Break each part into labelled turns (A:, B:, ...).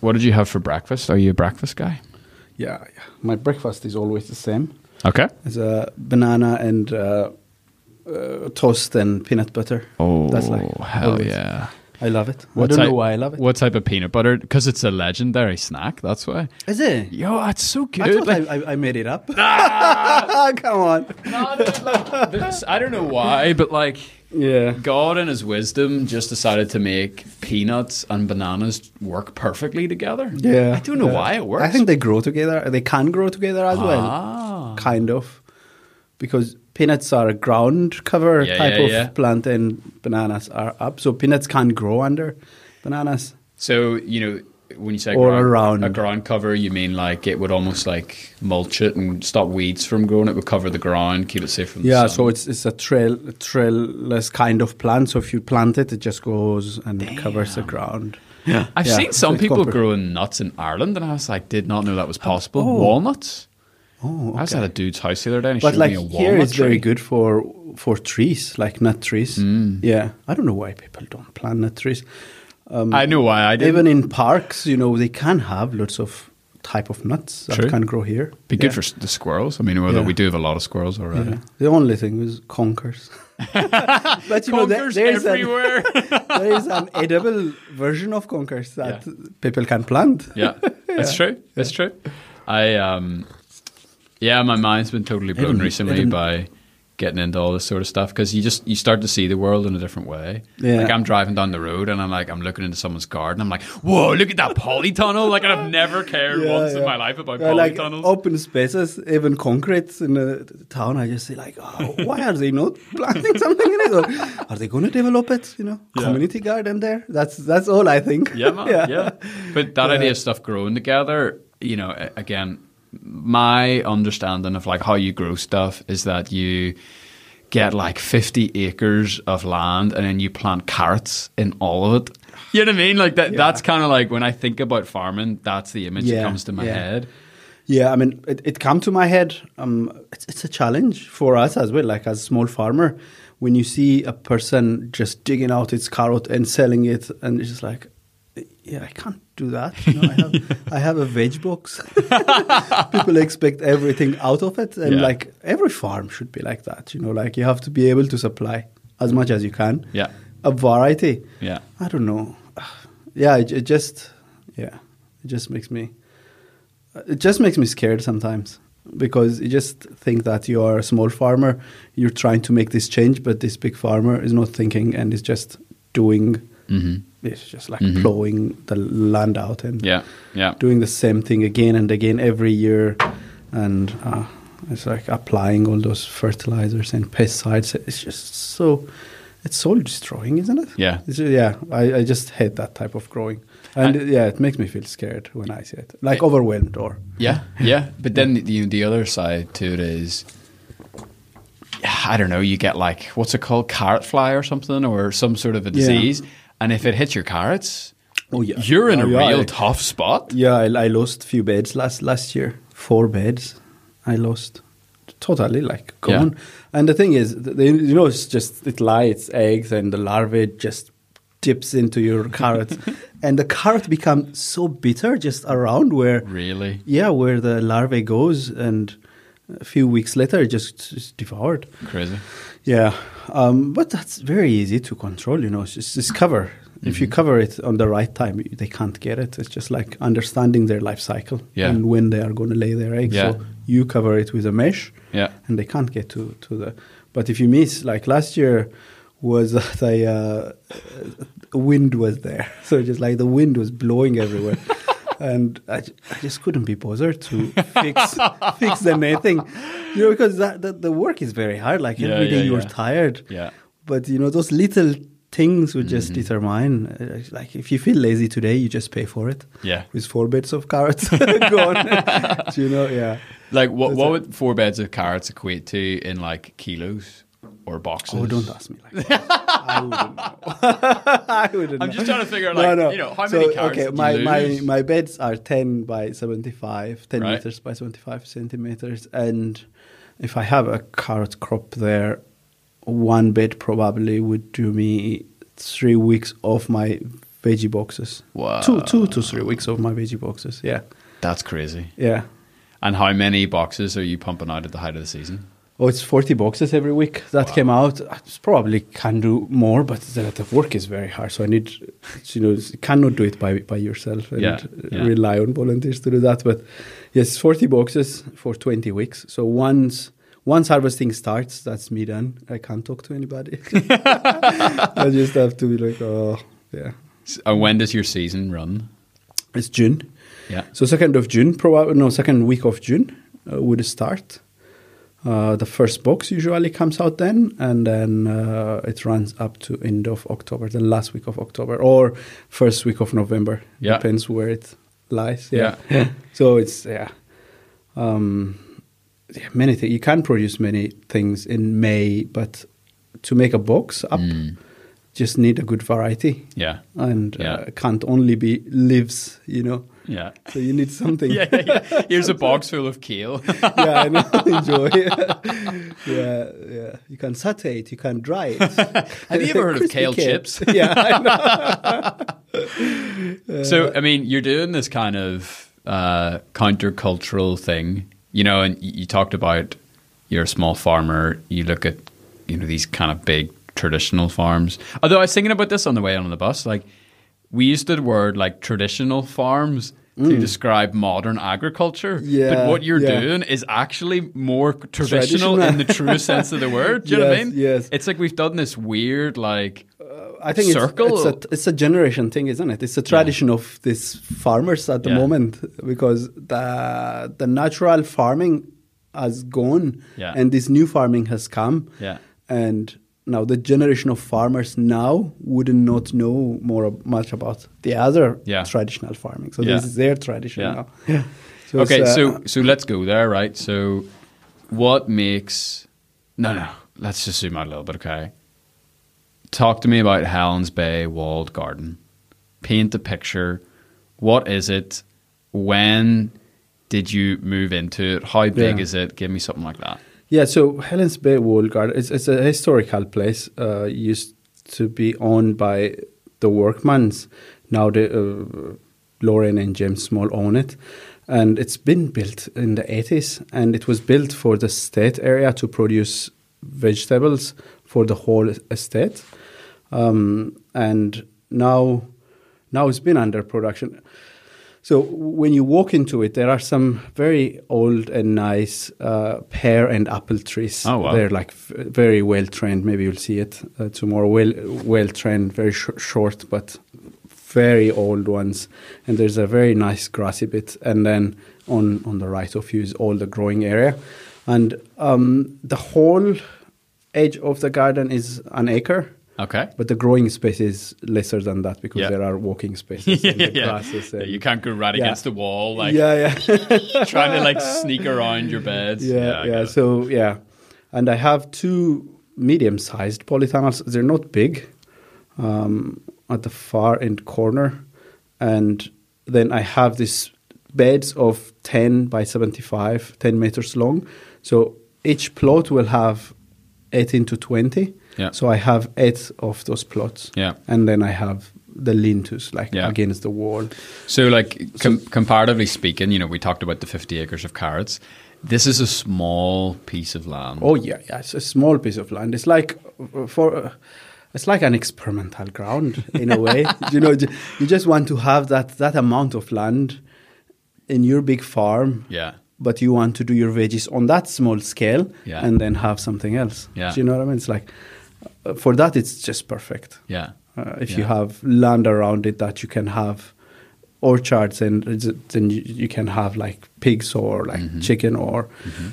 A: What did you have for breakfast? Are you a breakfast guy?
B: Yeah, yeah. my breakfast is always the same.
A: Okay.
B: It's a banana and uh, uh, toast and peanut butter.
A: Oh,
B: That's like
A: hell
B: always.
A: yeah.
B: I love it.
A: What
B: I don't
A: type-
B: know why I love it.
A: What type of peanut butter? Because it's a legendary snack. That's why.
B: Is it?
A: Yo, that's so good.
B: I thought
A: Like-
B: I, I, I made it up.
A: Ah!
B: Come on.
A: No, dude, like, this- I don't know why, but like
B: Yeah.
A: God in his wisdom just decided to make peanuts and bananas work perfectly together.
B: Yeah.
A: I don't know
B: Yeah.
A: why it works.
B: I think they grow together. They can grow together as
A: Ah.
B: well. Kind of. Because peanuts are a ground cover
A: Yeah,
B: type
A: yeah,
B: of
A: yeah.
B: plant and bananas are up. So peanuts can't grow under bananas.
A: so, you know, when you say
B: Or
A: ground-
B: around.
A: a ground cover, you mean like it would almost like mulch it and stop weeds from growing. It would cover the ground, keep it safe from
B: Yeah,
A: the sun.
B: so it's it's a trail trailless kind of plant. So if you plant it, it just goes and covers the ground. Yeah,
A: I've seen some
B: it's
A: people
B: proper.
A: growing nuts in Ireland, and I was like, did not know that was possible.
B: oh.
A: Walnuts.
B: Oh,
A: I was at a dude's house the other day, and he
B: but
A: showed
B: like
A: me a walnut
B: here, it's
A: tree.
B: very good for for trees, like nut trees.
A: Mm.
B: Yeah, I don't know why people don't plant nut trees.
A: I know why I did.
B: Even in parks, you know, they can have lots of type of nuts that
A: True.
B: can grow here.
A: Be good
B: Yeah.
A: for s- the squirrels. I mean, although
B: Yeah.
A: we do have a lot of squirrels uh, already.
B: Yeah. The only thing is conkers. but you know, there-
A: Conkers
B: there's an-
A: everywhere.
B: there is an edible version of conkers that
A: Yeah.
B: people can plant.
A: yeah, that's true. That's true. I um, yeah, my mind's been totally blown
B: Even-
A: recently
B: even-
A: by getting into all this sort of stuff because you just you start to see the world in a different way.
B: Yeah.
A: Like I'm driving down the road and I'm like I'm looking into someone's garden. I'm like, whoa, look at that polytunnel. Like I've never cared
B: Yeah,
A: once in
B: yeah.
A: my life about
B: Yeah, like
A: polytunnels.
B: open spaces, even concretes in the town. I just say like, oh, why are they not planting something in it? Or are they going to develop it? You know,
A: Yeah.
B: community garden there. That's that's all I think.
A: yeah, man, yeah. But that idea of stuff growing together, you know, a- again, my understanding of like how you grow stuff is that you get like 50 acres of land and then you plant carrots in all of it. You know what I mean? Like that. That's kind of like when I think about farming, that's the image that
B: Yeah,
A: comes to my
B: yeah.
A: head.
B: Yeah, I mean, it, it come to my head. Um, it's, it's a challenge for us as well, like as a small farmer. When you see a person just digging out its carrot and selling it, and it's just like, yeah, I can't do that. You know, I have I have a veg box. People expect everything out of it, and
A: Yeah.
B: like every farm should be like that. You know, like you have to be able to supply as much as you can.
A: Yeah.
B: a variety.
A: Yeah.
B: I don't know. Yeah, it, it just yeah, it just makes me it just makes me scared sometimes because you just think that you are a small farmer, you're trying to make this change, but this big farmer is not thinking and is just doing.
A: Mm-hmm.
B: It's just like plowing the land out and
A: Yeah, yeah.
B: doing the same thing again and again every year, and uh, it's like applying all those fertilizers and pesticides. It's just so it's soul destroying, isn't it?
A: Yeah.
B: It's- yeah. I, I just hate that type of growing, and yeah, it makes me feel scared when I see it, like overwhelmed or
A: Yeah, yeah. But then the, the other side to it is, I don't know, you get like, what's it called? Carrot fly or something, or some sort of a
B: Yeah.
A: disease. And if it hits your carrots,
B: Oh, yeah.
A: you're in a
B: Oh, yeah,
A: real
B: I-
A: tough spot.
B: Yeah, I, I lost few beds last last year. Four beds, I lost totally, like gone. And the thing is, th- they, you know, it's just it lies its eggs, and the larvae just dips into your carrot, and the carrot becomes so bitter just around where
A: Really?
B: yeah, where the larvae goes, and a few weeks later, it just is devoured.
A: Crazy.
B: Yeah, um, but that's very easy to control. You know, it's just, it's cover. If
A: Mm-hmm.
B: you cover it on the right time, you- they can't get it. It's just like understanding their life cycle
A: Yeah.
B: and when they are going to lay their eggs.
A: Yeah.
B: So you cover it with a mesh,
A: Yeah.
B: and they can't get to to the. But if you miss, like last year, was that I uh, wind was there, so just like the wind was blowing everywhere. And I, ju- I just couldn't be bothered to fix fix the netting, you know, because that, that the work is very hard. Like
A: Yeah,
B: every day
A: yeah,
B: you're
A: yeah.
B: tired.
A: Yeah. Mm-hmm.
B: But you know those little things would just determine. uh, Like if you feel lazy today, you just pay for it.
A: Yeah.
B: With four bits of carrots gone. Do you know? Yeah.
A: Like, what,
B: That's
A: what
B: it.
A: would four beds of carrots equate to in like kilos or boxes?
B: Oh, don't ask me like that. I wouldn't know. I wouldn't
A: I'm
B: know.
A: just trying to figure out, like, you know, how many carrots
B: Okay,
A: did you
B: my, my,
A: lose?
B: my beds are 10 by 75, 10
A: Right.
B: meters by 75 centimeters. And if I have a carrot crop there, one bed probably would do me three weeks of my veggie boxes.
A: Wow.
B: Two, two to three weeks of my veggie boxes. Yeah,
A: That's crazy.
B: yeah.
A: And how many boxes are you pumping out at the height of the season?
B: Oh, it's 40 boxes every week that came out. I just probably can do more, but the, the work is very hard. So I need, you know, you cannot do it by, by yourself and
A: Yeah, yeah.
B: rely on volunteers to do that. But yes, 40 boxes for 20 weeks. So once once harvesting starts, that's me done. I can't talk to anybody. I just have to be like, oh, yeah.
A: S- And when does your season run?
B: It's June.
A: Yeah.
B: So second of June, probably no second week of June uh, would start. Uh, the first box usually comes out then, and then uh, it runs up to end of October, the last week of October or first week of November.
A: Yeah.
B: depends where it lies.
A: Yeah.
B: Yeah, so it's yeah, um, yeah many things. You can produce many things in May, but to make a box up,
A: Mm.
B: just need a good variety,
A: Yeah.
B: and
A: Yeah.
B: uh, can't only be leaves, you know.
A: Yeah.
B: So you need something.
A: Yeah, yeah, yeah. Here's a box full of kale.
B: yeah, I know. Enjoy. yeah, yeah. You can saute it. You can dry it.
A: Have you ever heard of
B: Crispy
A: kale chips?
B: yeah, I know.
A: so I mean, you're doing this kind of uh, countercultural thing, you know. And y- you talked about you're a small farmer. You look at you know these kind of big traditional farms. Although I was thinking about this on the way on the bus, like we used the word like traditional farms. To describe modern agriculture,
B: Mm. Yeah,
A: but what you're
B: yeah.
A: doing is actually more traditional, in the true sense of the word. Do you know what I
B: Yes,
A: mean?
B: yes.
A: It's like we've done this weird, like,
B: I think it's,
A: Circle?
B: it's, a, it's a generation thing, isn't it? It's a tradition of these farmers at the
A: Yeah.
B: moment because the the natural farming has gone,
A: Yeah.
B: and this new farming has come.
A: Yeah.
B: and now the generation of farmers now would not know more ab- much about the other
A: Yeah.
B: traditional farming. So
A: Yeah.
B: this is their tradition
A: Yeah.
B: now. Yeah. So it's,
A: okay,
B: uh,
A: so so let's go there, right? So, what makes? No, no. Let's just zoom out a little bit, okay? Talk to me about Helen's Bay Walled Garden. Paint the picture. What is it? When did you move into it? How big
B: Yeah.
A: is it? Give me something like that.
B: Yeah, so Helen's Bay Wall Garden, it's, it's a historical place, uh, used to be owned by the workmans. Now the uh, Lauren and James Small own it. And it's been built in the 80s, and it was built for the state area to produce vegetables for the whole estate. Um, and now, now it's been under production. So when you walk into it, there are some very old and nice uh, pear and apple trees.
A: Oh, wow.
B: They're like f- very well trained. Maybe you'll see it uh, tomorrow. Well, well trained, very sh- short, but very old ones. And there's a very nice grassy bit. And then on on the right of you is all the growing area, and um, the whole edge of the garden is an acre.
A: Okay.
B: But the growing space is lesser than that because
A: Yeah.
B: there are walking spaces and the grasses.
A: Yeah,
B: and-
A: You can't go right
B: Yeah.
A: against the wall, like
B: yeah, yeah,
A: trying to like sneak around your beds.
B: yeah,
A: I
B: yeah.
A: get it.
B: So yeah, and I have two medium-sized polytunnels. They're not big, um, at the far end corner, and then I have these beds of 10 by 75, 10 meters long. So each plot will have 18 to 20.
A: Yeah.
B: So I have eight of those plots.
A: Yeah.
B: And then I have the lean-tos like
A: Yeah.
B: against the wall.
A: So, like com- comparatively speaking, you know, we talked about the fifty acres of carrots. This is a small piece of land.
B: Oh yeah, yeah. It's a small piece of land. It's like uh, for. Uh, it's like an experimental ground in a way. you know, ju- you just want to have that that amount of land in your big farm.
A: Yeah.
B: But you want to do your veggies on that small scale
A: Yeah.
B: and then have something else.
A: Yeah.
B: Do you know what I mean? It's like uh, for that it's just perfect.
A: Yeah.
B: Uh, if you
A: Yeah.
B: have land around it that you can have orchards and it's- then you, you can have like pigs or like
A: Mm-hmm.
B: chicken or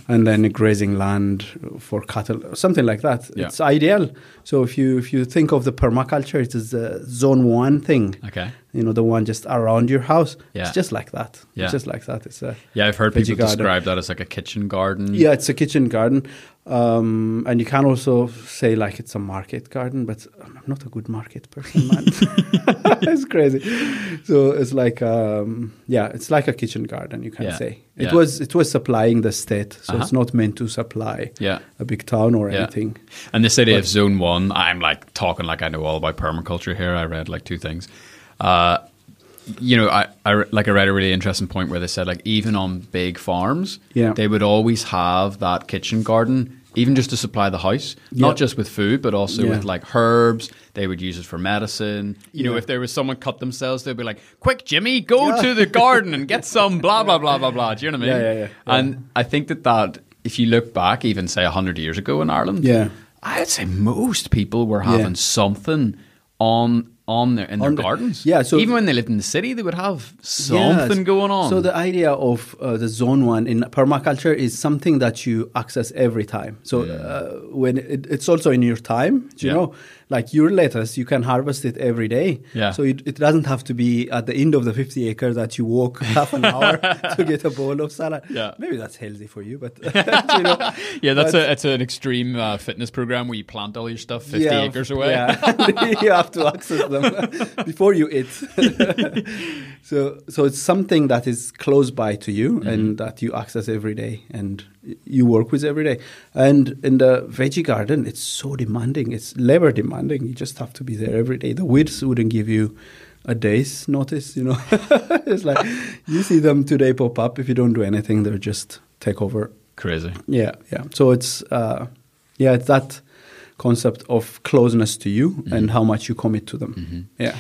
B: and then grazing land for cattle something like that
A: Yeah.
B: it's ideal so if you if you think of the permaculture it is the zone one thing
A: Okay.
B: you know the one just around your house
A: Yeah.
B: it's just like that
A: Yeah.
B: it's just like that it's a
A: Yeah, I've heard
B: Veggie
A: people
B: garden.
A: describe that as like a kitchen garden.
B: yeah, it's a kitchen garden, um, and you can also say like it's a market garden, but I'm not a good market person, man. it's crazy. So it's like um, yeah, it's like a kitchen garden. You can
A: Yeah.
B: say
A: Yeah.
B: it was it was supplying the state, so
A: Uh-huh.
B: it's not meant to supply
A: Yeah.
B: a big town or
A: Yeah.
B: anything.
A: And this idea of zone one, I'm like talking like I know all about permaculture here. I read like two things. Uh, you know, I, I re- like I read a really interesting point where they said like even on big farms,
B: Yeah.
A: they would always have that kitchen garden, even just to supply the house,
B: Yeah.
A: not just with food, but also
B: Yeah.
A: with like herbs. They would use it for medicine. You know,
B: Yeah.
A: if there was someone cut themselves, they'd be like, "Quick, Jimmy, go
B: Yeah.
A: to the garden and get some blah blah blah blah blah." Do you know what I mean?
B: Yeah, yeah, yeah.
A: And I think that that if you look back, even say hundred years ago in Ireland,
B: Yeah.
A: I'd say most people were having something on on their in their
B: On the-
A: gardens.
B: yeah, so-
A: even when they lived in the city, they would have something
B: Yes.
A: going on.
B: So the idea of uh, the zone one in permaculture is something that you access every time. So uh, when it, it's also in your time, do you
A: Yeah.
B: know, like your lettuce, you can harvest it every day.
A: Yeah.
B: So it, it doesn't have to be at the end of the 50 acre that you walk half an hour to get a bowl of salad.
A: Yeah.
B: Maybe that's healthy for you, but you know,
A: yeah, that's
B: but-
A: a it's an extreme uh, fitness program where you plant all your stuff fifty
B: yeah,
A: acres away.
B: Yeah, you have to access them before you eat. so, so it's something that is close by to you
A: Mm-hmm.
B: and that you access every day and y- you work with every day. And in the veggie garden, it's so demanding. It's labor demanding. You just have to be there every day. The weeds wouldn't give you a day's notice. You know, it's like you see them today pop up. If you don't do anything, they'll just take over
A: Crazy.
B: yeah, yeah. So it's uh, yeah, it's that concept of closeness to you
A: Mm-hmm.
B: and how much you commit to them. Yeah,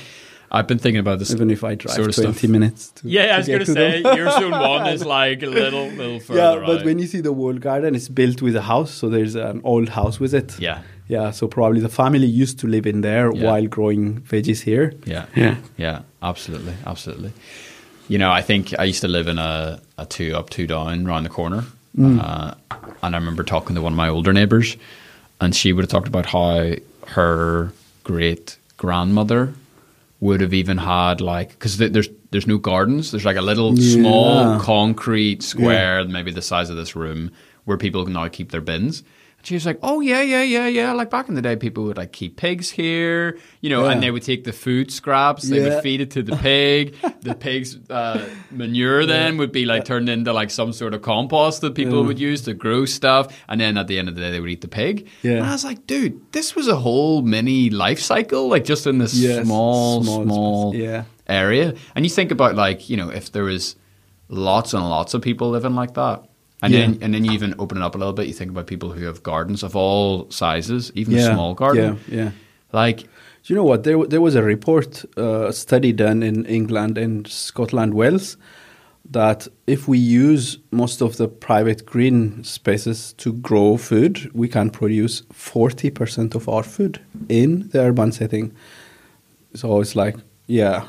A: I've been thinking about this.
B: even if I drive
A: Mm-hmm. Sort of
B: twenty
A: stuff.
B: minutes. To,
A: yeah,
B: to
A: I was
B: get
A: going to say
B: them.
A: your zone one is like a little little further.
B: yeah, but
A: out.
B: when you see the walled garden, it's built with a house, so there's an old house with it.
A: Yeah.
B: yeah. So probably the family used to live in there
A: Yeah.
B: while growing veggies here.
A: Yeah.
B: Yeah.
A: Yeah. Absolutely. Absolutely. You know, I think I used to live in a, a two up, two down round the corner.
B: Mm.
A: Uh, and I remember talking to one of my older neighbors, and she would have talked about how her great grandmother would have even had like because th- there's there's no gardens there's like a little
B: Yeah.
A: small concrete square maybe the size of this room where people can now keep their bins and she was like oh yeah yeah yeah yeah like back in the day people would like keep pigs here you know and
B: Yeah.
A: they would take the food scraps they
B: Yeah.
A: would feed it to the pig the pig's uh, manure then would be like turned into like some sort of compost that people would use to grow stuff and then at the end of the day they would eat the pig
B: Yeah.
A: and i was like dude this was a whole mini life cycle like just in this
B: Yes,
A: small,
B: small
A: small,
B: space, yeah.
A: area. And you think about like you know if there was lots and lots of people living like that, and then
B: Yeah.
A: and then you even open it up a little bit. You think about people who have gardens of all sizes, even
B: Yeah,
A: a small garden.
B: yeah, yeah.
A: Like
B: Do you know what? There, w- there was a report, uh, study done in England and Scotland, Wales, that if we use most of the private green spaces to grow food, we can produce 40% of our food in the urban setting. So it's like, yeah,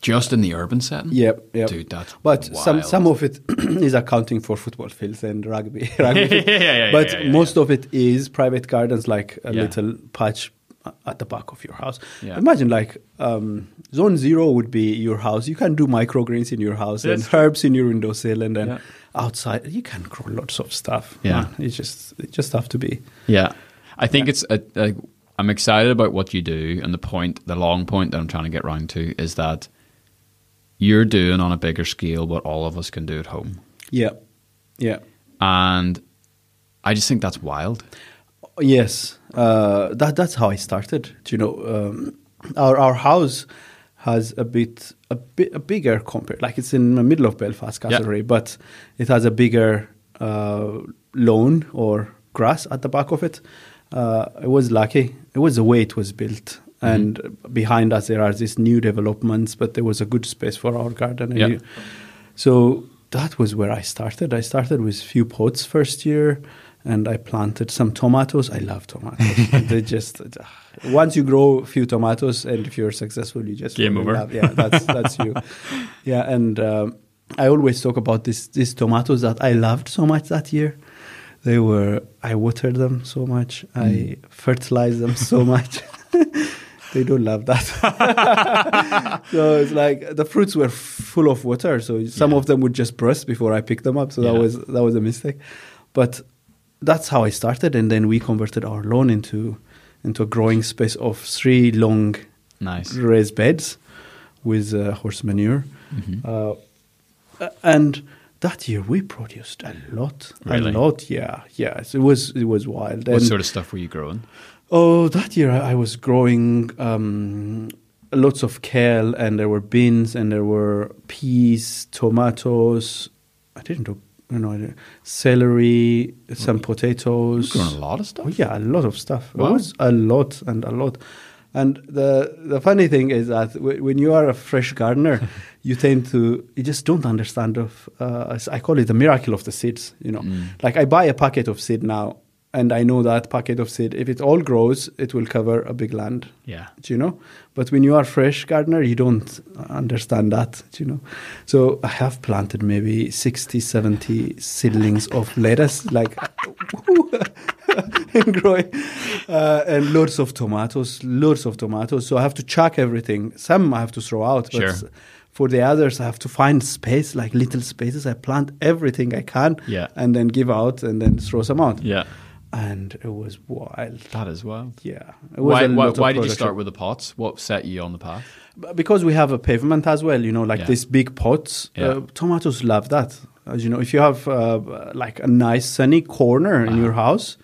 A: just in the urban setting.
B: Yep, yep.
A: Dude, that's
B: but some
A: wild.
B: some of it is accounting for football fields and rugby. rugby fields.
A: Yeah, yeah, yeah,
B: but
A: yeah, yeah,
B: most of it is private gardens, like a
A: Yeah.
B: little patch at the back of your house.
A: Yeah.
B: Imagine like um, zone zero would be your house. You can do microgreens in your house
A: That's
B: and
A: true.
B: herbs in your windowsill, and then
A: Yeah.
B: outside you can grow lots of stuff.
A: Yeah.
B: Man, it just it just have to be.
A: Yeah, I think it's. A, a, I'm excited about what you do, and the point, the long point that I'm trying to get round to is that you're doing on a bigger scale what all of us can do at home,
B: Yeah, yeah.
A: and I just think that's wild.
B: Yes, uh, that that's how I started. Do You know, um, our our house has a bit a, bi- a bigger compared, like it's in the middle of Belfast
A: Yeah.
B: Castlereagh, but it has a bigger uh, lawn or grass at the back of it. Uh, I was lucky; it was the way it was built. And behind us, there are these new developments, but there was a good space for our garden. And
A: Yeah.
B: you- so that was where I started. I started with few pots first year, and I planted some tomatoes. I love tomatoes. they just once you grow a few tomatoes, and if you're successful, you just
A: Game
B: fall in
A: over.
B: love. Yeah, that's that's you. Yeah, and um, I always talk about this these tomatoes that I loved so much that year. They were I watered them so much.
A: Mm.
B: I fertilized them so much. they don't love that so it's like the fruits were full of water. So some
A: Yeah.
B: of them would just burst before I picked them up. So that
A: Yeah.
B: was that was a mistake. But that's how I started, and then we converted our lawn into into a growing space of three long
A: Nice.
B: raised beds with uh, horse manure.
A: Mm-hmm.
B: Uh, a- and that year we produced a lot,
A: Really?
B: a lot. Yeah, yeah. So it was it was wild.
A: What
B: And-
A: sort of stuff were you growing?
B: Oh, that year I I was growing um, lots of kale, and there were beans, and there were peas, tomatoes. I didn't do, you know, I didn't- celery, some potatoes.
A: Grown a lot of stuff.
B: Oh yeah, a lot of stuff.
A: Wow.
B: It was a lot and a lot. And the the funny thing is that w- when you are a fresh gardener, you tend to you just don't understand of uh, as I call it the miracle of the seeds. You know,
A: Mm.
B: like I buy a packet of seed now, and I know that packet of seed if it all grows, it will cover a big land.
A: Yeah.
B: Do you know? But when you are fresh gardener, you don't understand that, do you know? So I have planted maybe 60, 70 seedlings of lettuce, like woo, and growing, uh, and loads of tomatoes, loads of tomatoes. So I have to chuck everything. Some I have to throw out, but
A: Sure.
B: for the others, I have to find space, like little spaces. I plant everything I can,
A: Yeah.
B: and then give out, and then throw some out.
A: Yeah.
B: And it was wild.
A: That is wild.
B: Yeah. It was
A: Why,
B: a
A: why,
B: lot of
A: why did you
B: production.
A: start with the pots? What set you on the path?
B: B- because we have a pavement as well you know like
A: Yeah.
B: these big pots
A: Yeah.
B: uh, tomatoes love that as you know if you have uh, b- like a nice sunny corner in your house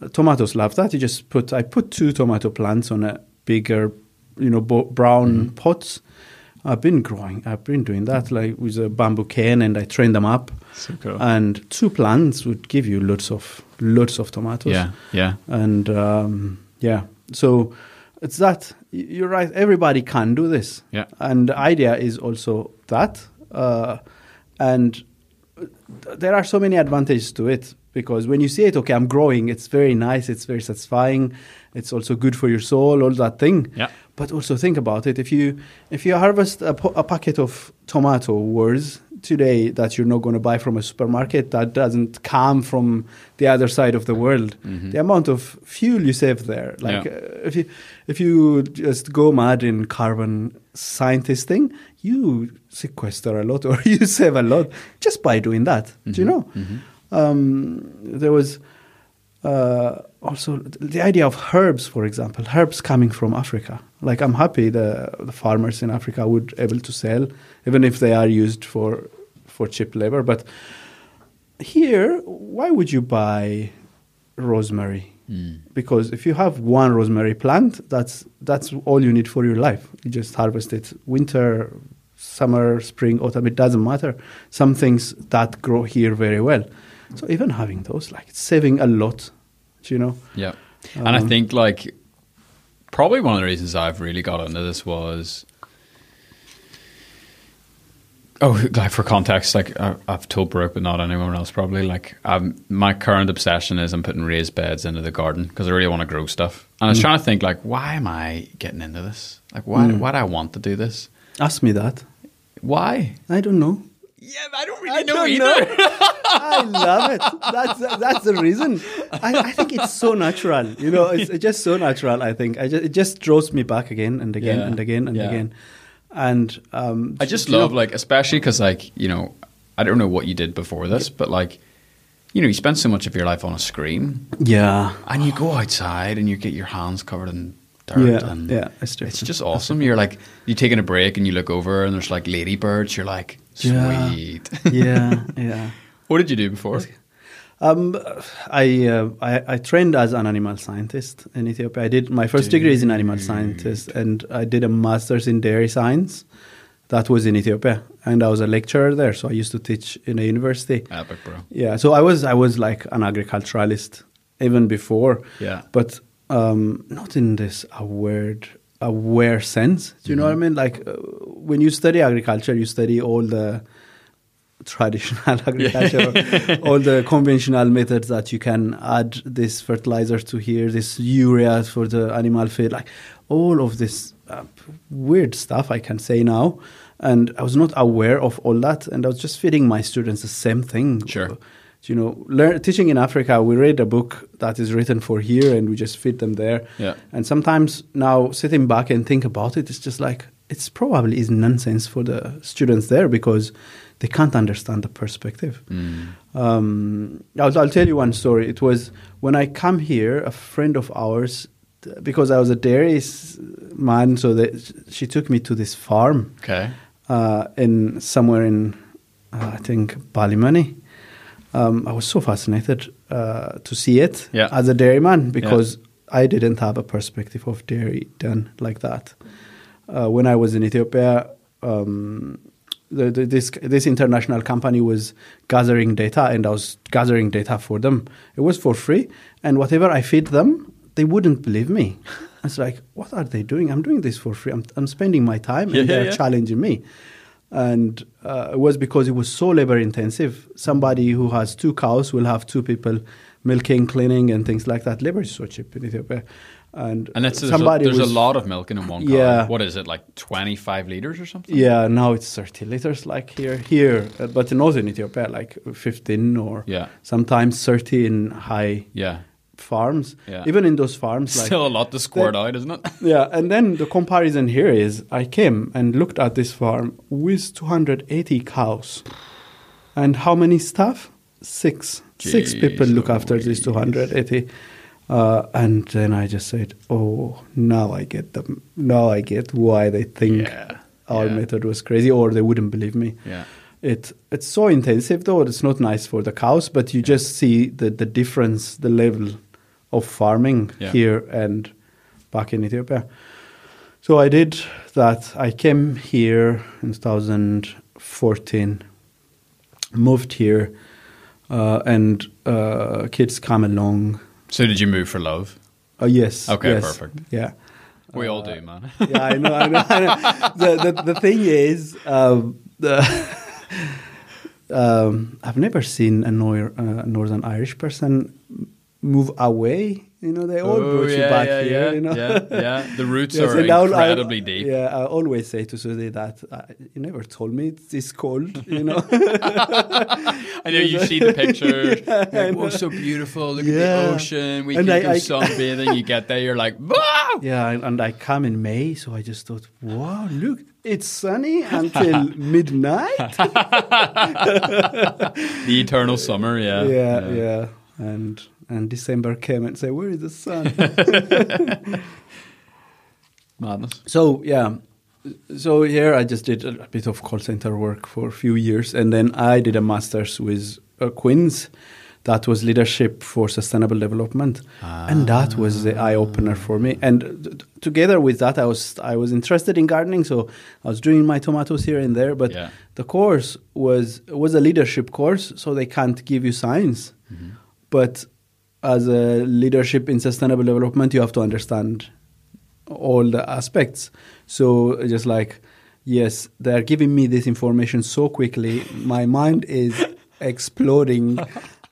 B: uh, tomatoes love that you just put i put two tomato plants on a bigger you know bo-
A: Mm-hmm.
B: brown pots i've been growing i've been doing that like with a bamboo cane and i train them up
A: So Mm-hmm. cool.
B: and two plants would give you lots of lots of tomatoes
A: Yeah, yeah.
B: and um, yeah so it's that Y- you're right everybody can do this
A: Yeah.
B: and the idea is also that uh, and th- there are so many advantages to it because when you see it okay i'm growing it's very nice it's very satisfying it's also good for your soul all that thing
A: Yeah.
B: but also think about it if you if you harvest a, po- a packet of tomato words today that you're not going to buy from a supermarket that doesn't come from the other side of the world the amount of fuel you save there like
A: Yeah.
B: uh, if you if you just go mad in carbon scientist thing you sequester a lot or you save a lot just by doing that do you know um, there was uh, also the idea of herbs, for example, herbs coming from Africa. Like I'm happy the, the farmers in Africa would able to sell, even if they are used for for cheap labor. But here, why would you buy rosemary? Because if you have one rosemary plant, that's that's all you need for your life. You just harvest it winter, summer, spring, autumn. It doesn't matter. Some things that grow here very well. So even having those, like it's saving a lot, do you know.
A: Yeah. and
B: Um,
A: I think like probably one of the reasons I've really got into this was Oh, like for context, like I, I've told Brooke, but not anyone else probably. Like, I'm, my current obsession is I'm putting raised beds into the garden because I really want to grow stuff. And I
B: Mm.
A: was trying to think, like, why am I getting into this? Like, why why do I want to do this?
B: Ask me that.
A: Why?
B: I don't know.
A: Yeah, I don't really
B: I don't know. I love it. That's that's the reason. I, I think it's so natural. You know, it's, it's just so natural. I think I just, it just draws me back again and again
A: Yeah.
B: and again and
A: Yeah.
B: again. And um,
A: I just
B: you know,
A: love like, especially because like you know, I don't know what you did before this, but like, you know, you spend so much of your life on a screen,
B: yeah,
A: and you go outside and you get your hands covered in dirt,
B: yeah,
A: and
B: yeah. It's
A: it's
B: different.
A: just awesome. You're like, you're taking a break and you look over and there's like ladybirds. You're like,
B: Yeah.
A: sweet.
B: yeah, yeah.
A: what did you do before?
B: Um, I, uh, I I trained as an animal scientist in Ethiopia. I did my first degree is in animal scientist, and I did a master's in dairy science. That was in Ethiopia, and I was a lecturer there. So I used to teach in a university.
A: Epic, bro.
B: Yeah, so I was I was like an agriculturalist even before.
A: Yeah.
B: but um, not in this aware aware sense. Do you know what I mean? Like uh, when you study agriculture, you study all the traditional agriculture, all the conventional methods that you can add this fertilizer to here, this urea for the animal feed, like all of this uh, weird stuff I can say now. And I was not aware of all that, and I was just feeding my students the same thing.
A: Sure.
B: You know, learn, teaching in Africa, we read a book that is written for here, and we just feed them there.
A: Yeah.
B: And sometimes now sitting back and think about it, it's just like it's probably is nonsense for the students there because they can't understand the perspective.
A: Mm.
B: Um, I'll, I'll tell you one story. It was when I come here, a friend of ours, t- because I was a dairy s- man, so that she took me to this farm
A: Okay.
B: uh, in somewhere in uh, I think Ballymoney. Um, I was so fascinated uh, to see it
A: Yeah.
B: as a dairyman because I didn't have a perspective of dairy done like that. uh, when I was in Ethiopia, um, the, the, this this international company was gathering data, and I was gathering data for them. It was for free, and whatever I feed them, they wouldn't believe me. It's like, what are they doing? I'm doing this for free. I'm, I'm spending my time, and
A: Yeah,
B: they're
A: yeah.
B: challenging me. And uh, it was because it was so labor intensive. Somebody who has two cows will have two people milking, cleaning, and things like that. Labor is so cheap in Ethiopia, and,
A: And that's, there's, a, there's
B: was-
A: a lot of milk in one cow.
B: Yeah.
A: What is it, like 25 liters or something?
B: yeah, now it's 30 liters, like here, here, uh, but in northern Ethiopia, like 15 or
A: Yeah.
B: sometimes 30 in high
A: Yeah.
B: farms.
A: Yeah.
B: Even in those farms, like
A: Still a lot to squirt out, isn't it?
B: yeah. And then the comparison here is, I came and looked at this farm with 280 cows, and how many staff? Six. Six
A: Jeez
B: people look after these 280. Uh, and then I just said, "Oh, now I get them. Now I get why they think
A: Yeah,
B: our
A: yeah.
B: method was crazy, or they wouldn't believe me."
A: Yeah.
B: It it's so intensive though. It's not nice for the cows, but you just see the the difference, the level of farming
A: Yeah.
B: here and back in Ethiopia. So I did that. I came here in 2014, moved here, uh, and uh, kids come along.
A: So did you move for love?
B: Uh, yes.
A: Okay,
B: yes,
A: perfect.
B: Yeah.
A: We all do, man.
B: yeah, I know, I know. I know. The, the the thing is, um, the um, I've never seen a nor- uh, Northern Irish person move away. You know, they all brought you back
A: Oh, yeah,
B: here.
A: yeah,
B: you know,
A: yeah, yeah. The roots
B: Yes,
A: are
B: and I'll- I'll-
A: incredibly deep.
B: Yeah, I always say to Susie that uh, you never told me it's this cold. You know,
A: I know you see the pictures. like, Whoa, so beautiful. Look at
B: Yeah.
A: the ocean. We
B: And
A: can
B: I-
A: go
B: I-
A: sunbathing. you get there, you're like, wow.
B: yeah, and, and I come in May, so I just thought, wow, look, it's sunny until midnight.
A: The eternal summer, yeah.
B: yeah, yeah, And and December came and said, "Where is the sun?"
A: Madness.
B: so yeah, so here I just did a bit of call center work for a few years, and then I did a master's with uh, Queens. That was leadership for sustainable development, and that was the eye opener for me. And t- t- together with that, I was I was interested in gardening, so I was doing my tomatoes here and there. But
A: Yeah.
B: the course was was a leadership course, so they can't give you science.
A: Mm-hmm.
B: But as a leadership in sustainable development, you have to understand all the aspects. So just like, yes, they are giving me this information so quickly, my mind is exploding.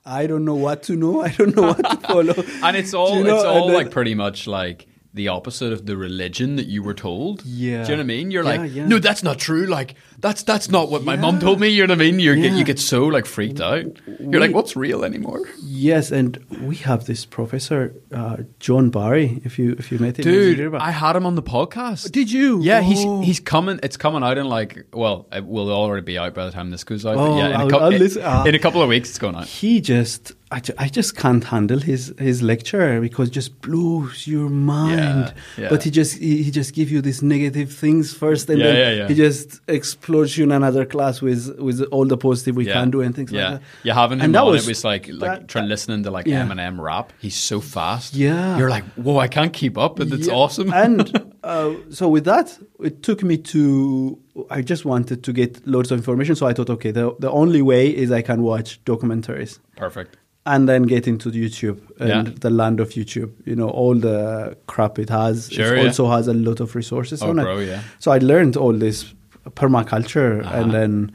B: I don't know what to know. I don't know what to follow.
A: And it's all
B: You know,
A: it's
B: and
A: all
B: then-
A: like pretty much like the opposite of the religion that you were told.
B: Yeah.
A: Do you know what I mean? You're
B: Yeah,
A: like,
B: yeah.
A: no, that's not true. Like, that's that's not what my mum
B: Yeah.
A: told me. You know what I mean? You get
B: Yeah.
A: you get so like freaked out. You're like, what's real anymore?
B: Yes, and we have this professor, uh, John Barry. If you if you met him, you hear
A: Dude,
B: about-
A: I had him on the podcast.
B: Did you?
A: Yeah,
B: Oh.
A: he's he's coming. It's coming out in like well, it will already be out by the time this goes out. but
B: Oh,
A: yeah, in a,
B: I'll-
A: cou-
B: I'll
A: in-
B: listen- ah.
A: in a couple of weeks, it's going out.
B: he just I, ju- I just can't handle his his lecture because it just blows your mind
A: yeah.
B: but he just he, he just give you these negative things first and
A: Yeah,
B: then
A: yeah, yeah.
B: he just explodes you in another class with with all the positive we
A: yeah.
B: can do and things
A: yeah.
B: like that
A: You having him
B: And that
A: on,
B: was-
A: it was like like
B: that- uh,
A: trying listening to like
B: Yeah.
A: Eminem rap. He's so fast.
B: Yeah.
A: you're like, whoa, I can't keep up, but it's
B: Yeah.
A: awesome.
B: and uh, so with that, it took me to. I just wanted to get loads of information, so I thought, okay, the the only way is I can watch documentaries.
A: Perfect.
B: and then get into the YouTube and
A: Yeah.
B: the land of YouTube. You know, all the crap it has.
A: Sure,
B: it
A: yeah.
B: also has a lot of resources
A: Oh,
B: on
A: bro,
B: it.
A: yeah.
B: So I learned all this permaculture
A: Uh-huh.
B: and then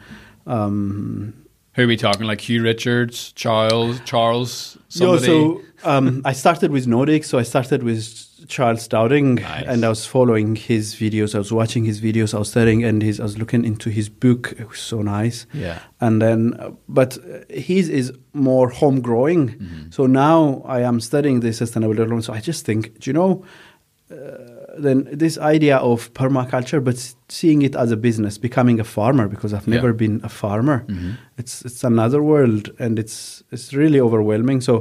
B: um,
A: Who are we talking? Like Hugh Richards, Charles, Charles,
B: Yeah,
A: somebody.
B: so um, I started with Nordic. So I started with Charles Dowding,
A: Nice.
B: and I was following his videos. I was watching his videos. I was studying, and his, I was looking into his book. It was so nice.
A: Yeah.
B: And then, uh, but uh, his is more home growing.
A: Mm-hmm.
B: So now I am studying the sustainable development. So I just think, do you know? uh, Then this idea of permaculture, but s- seeing it as a business, becoming a farmer because I've
A: Yeah. Mm-hmm.
B: never been a farmer. It's it's another world, and it's it's really overwhelming. So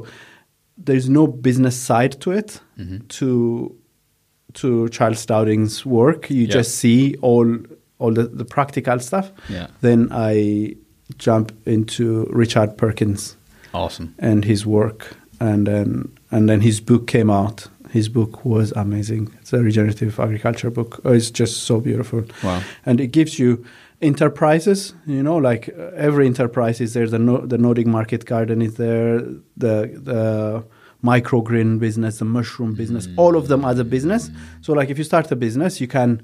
B: there's no business side to it.
A: Mm-hmm.
B: To to Charles Dowding's work, you
A: Yeah.
B: just see all all the, the practical stuff.
A: Yeah.
B: Then I jump into Richard Perkins
A: awesome.
B: and his work, and then and then his book came out, His book was amazing. It's a regenerative agriculture book. Oh, It's just so beautiful.
A: Wow.
B: And it gives you enterprises, you know, like uh, every enterprise is there. The, no- the Nordic market garden is there, the, the microgreen business, the mushroom business,
A: Mm.
B: all of them as a business. So, like, if you start a business, you can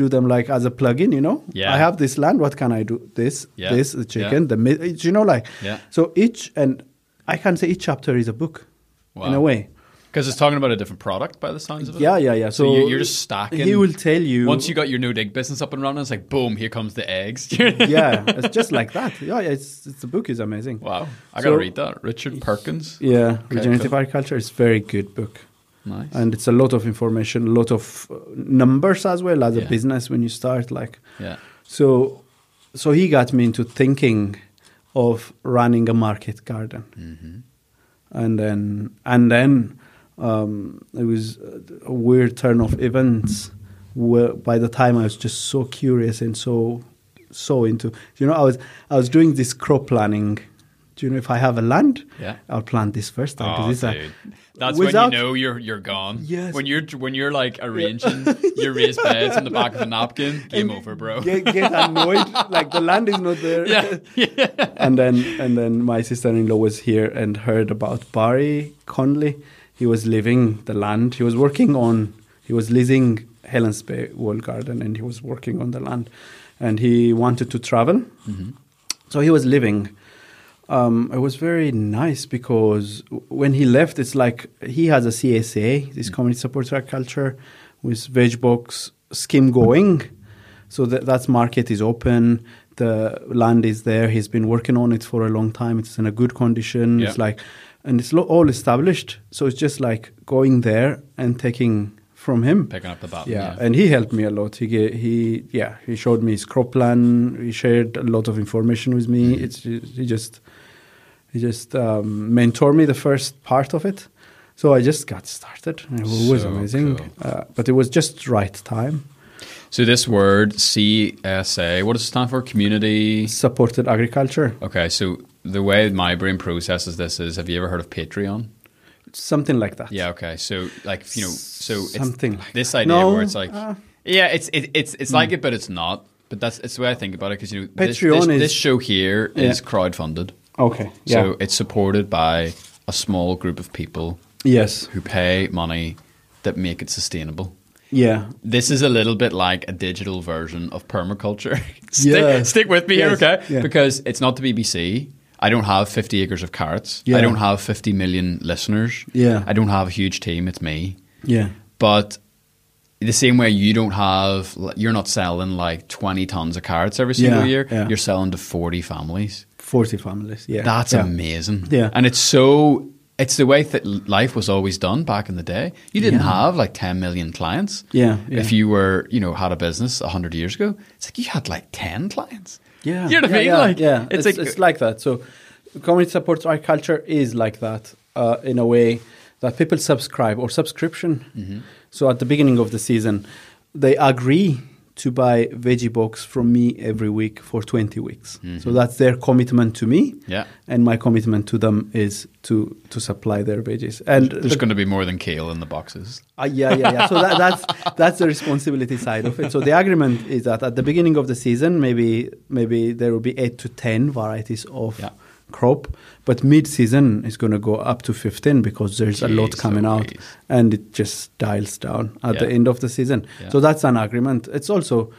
B: do them like as a plug-in, you know.
A: Yeah.
B: I have this land. What can I do? This,
A: Yeah.
B: this, the
A: Yeah.
B: chicken, the meat. it's, You know, like
A: Yeah.
B: so each and I can say each chapter is a book, in
A: Wow.
B: a way.
A: Because it's talking about a different product by the sounds of it.
B: Yeah, yeah, yeah.
A: So,
B: So,
A: you, you're just stacking.
B: He will tell you
A: Once you got your no dig business up and running, it's like, boom, here comes the eggs.
B: yeah, it's just like that. Yeah, yeah, it's, it's the book is amazing.
A: Wow. I
B: So-
A: got to read that. Richard Perkins.
B: Yeah,
A: Okay,
B: regenerative
A: cool.
B: agriculture is very good book,
A: Nice.
B: and it's a lot of information, a lot of uh, numbers as well as a
A: Yeah.
B: business when you start. Like,
A: yeah.
B: so, so he got me into thinking of running a market garden,
A: Mm-hmm.
B: and then and then um, it was a weird turn of events. Where by the time I was just so curious and so so into, you know, I was I was doing this crop planning. Do you know if I have a land,
A: Yeah.
B: I'll plant this first time. 'cause
A: Oh,
B: it's a-
A: dude. That's
B: without-
A: when you know you're you're gone.
B: Yes.
A: When you're when you're like arranging your raised beds on the back of a napkin, game
B: and
A: over, bro.
B: Get, get annoyed, like the land is not there.
A: Yeah.
B: and then and then my sister-in-law was here and heard about Barry Conley. He was leaving the land. He was working on. He was leasing Helen's Bay World Garden, and he was working on the land, and he wanted to travel. So he was leaving. Um, it was very nice because w- when he left, it's like he has a CSA, this community support agriculture, with veg box scheme going. So that that market is open. The land is there. He's been working on it for a long time. It's in a good condition. It's
A: Yeah.
B: like, and it's lo- all established. So it's just like going there and taking from him
A: Picking up the baton.
B: yeah,
A: Yeah.
B: Um, and he helped me a lot. He ga- he yeah he showed me his crop plan. He shared a lot of information with me.
A: Mm-hmm.
B: It's he just he just um, mentored me the first part of it. So I just got started. and It was
A: So
B: amazing,
A: cool.
B: uh, but it was just right time.
A: So this word CSA, what does it stand for? Community.
B: Supported agriculture,
A: Okay, so the way my brain processes this is: Have you ever heard of Patreon?
B: something like that.
A: Yeah. Okay. So like you know, so it's
B: Something like
A: this
B: that.
A: idea
B: No,
A: where it's like,
B: uh, Hmm.
A: yeah, it's it, it's it's like it, but it's not. But that's it's the way I think about it because you know this,
B: Patreon
A: this,
B: is-
A: this show here is
B: Yeah.
A: crowdfunded,
B: Okay. Yeah.
A: so it's supported by a small group of people
B: yes.
A: who pay money that make it sustainable.
B: Yeah.
A: This is a little bit like a digital version of permaculture. stick,
B: Yeah.
A: stick with me
B: Yes,
A: here, okay?
B: yeah.
A: Because it's not the BBC. I don't have 50 acres of carrots.
B: Yeah.
A: I don't have 50 million listeners.
B: Yeah.
A: I don't have a huge team. It's me.
B: Yeah.
A: But the same way you don't have, you're not selling like 20 tons of carrots every single
B: Yeah,
A: year.
B: yeah.
A: You're selling to 40 families.
B: Forty families. Yeah.
A: That's
B: yeah.
A: amazing.
B: Yeah.
A: And it's so, it's the way that life was always done back in the day. You didn't
B: Yeah.
A: have like 10 million clients.
B: Yeah, yeah.
A: If you were, you know, had a business 100 years ago, it's like you had like 10 clients.
B: Yeah,
A: You know what
B: yeah,
A: I mean?
B: Yeah,
A: like,
B: yeah.
A: It's,
B: It's,
A: like,
B: it's like, that. So, community supports our culture is like that uh, in a way that people subscribe or subscription.
A: Mm-hmm.
B: So at the beginning of the season, they agree to buy veggie box from me every week for 20 weeks. So that's their commitment to me.
A: Mm-hmm. Yeah.
B: And my commitment to them is to to supply their veggies. And
A: there's
B: the-
A: going to be more than kale in the boxes.
B: uh, yeah, yeah, yeah. So that, that's that's the responsibility side of it. So the agreement is that at the beginning of the season, maybe maybe there will be eight to ten varieties of
A: Yeah.
B: crop, but mid-season is going to go up to fifteen because there's a lot
A: Jeez
B: coming out,
A: Louise.
B: and it just dials down at the
A: Yeah.
B: end of the season.
A: Yeah.
B: So that's an agreement. It's also,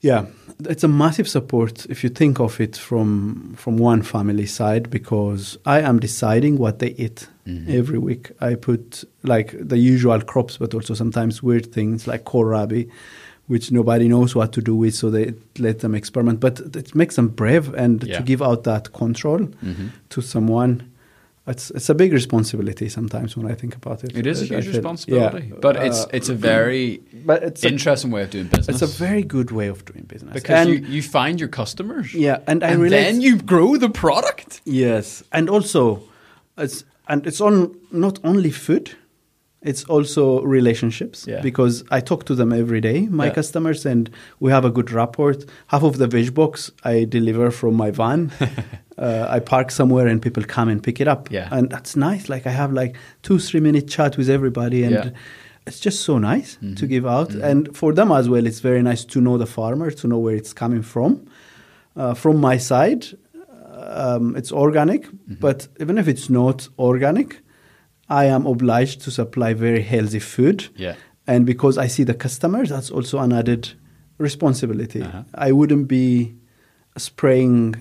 B: yeah, it's a massive support if you think of it from from one family side because I am deciding what they eat
A: Mm-hmm.
B: every week. I put like the usual crops, but also sometimes weird things like kohlrabi, which nobody knows what to do with, so they let them experiment. But it makes them brave, and
A: Yeah. Mm-hmm.
B: to give out that control to someone. It's, it's a big responsibility sometimes when I think about it.
A: It is a
B: I
A: huge
B: feel-
A: responsibility.
B: yeah.
A: But it's,
B: Uh,
A: it's a very
B: but it's a
A: interesting way of doing business.
B: it's a very good way of doing business.
A: because
B: and
A: you, you find your customers.
B: Yeah, and I
A: and
B: relate-
A: then you grow the product.
B: yes, and also it's and it's on not only food, it's also relationships
A: Yeah.
B: because I talk to them every day, my
A: Yeah.
B: customers, and we have a good rapport. Half of the veg box I deliver from my van. uh, I park somewhere and people come and pick it up.
A: Yeah.
B: And that's nice. Like I have like two, three minute chat with everybody and
A: Yeah. Mm-hmm.
B: it's just so nice to give out. And for them as well, it's very nice to know the farmer, to know where it's coming from. Uh, from my side, um, it's organic,
A: Mm-hmm.
B: but even if it's not organic, I am obliged to supply very healthy food.
A: Yeah.
B: And because I see the customers, that's also an added responsibility.
A: Uh-huh.
B: I wouldn't be spraying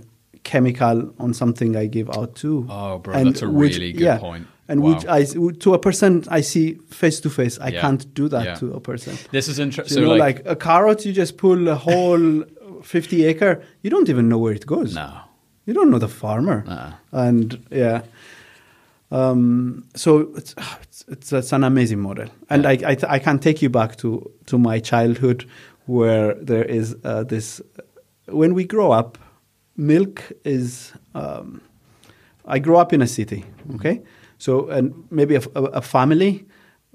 B: chemical on something I give out to.
A: Oh, bro, that's a really good point.
B: And
A: Wow.
B: which I s- to a person I see face to face, I
A: Yeah.
B: can't do that
A: Yeah.
B: to a person.
A: This is
B: So,
A: interesting.
B: you know, like, a carrot, you just pull a whole fifty acre. You don't even know where it goes.
A: no.
B: You don't know the farmer.
A: Uh-uh.
B: And yeah. Um, so it's, it's, it's, it's an amazing model. And I, I, I can take you back to, to my childhood where there is uh, this. When we grow up, milk is. Um, I grew up in a city, okay? So, and maybe a, f- a- a family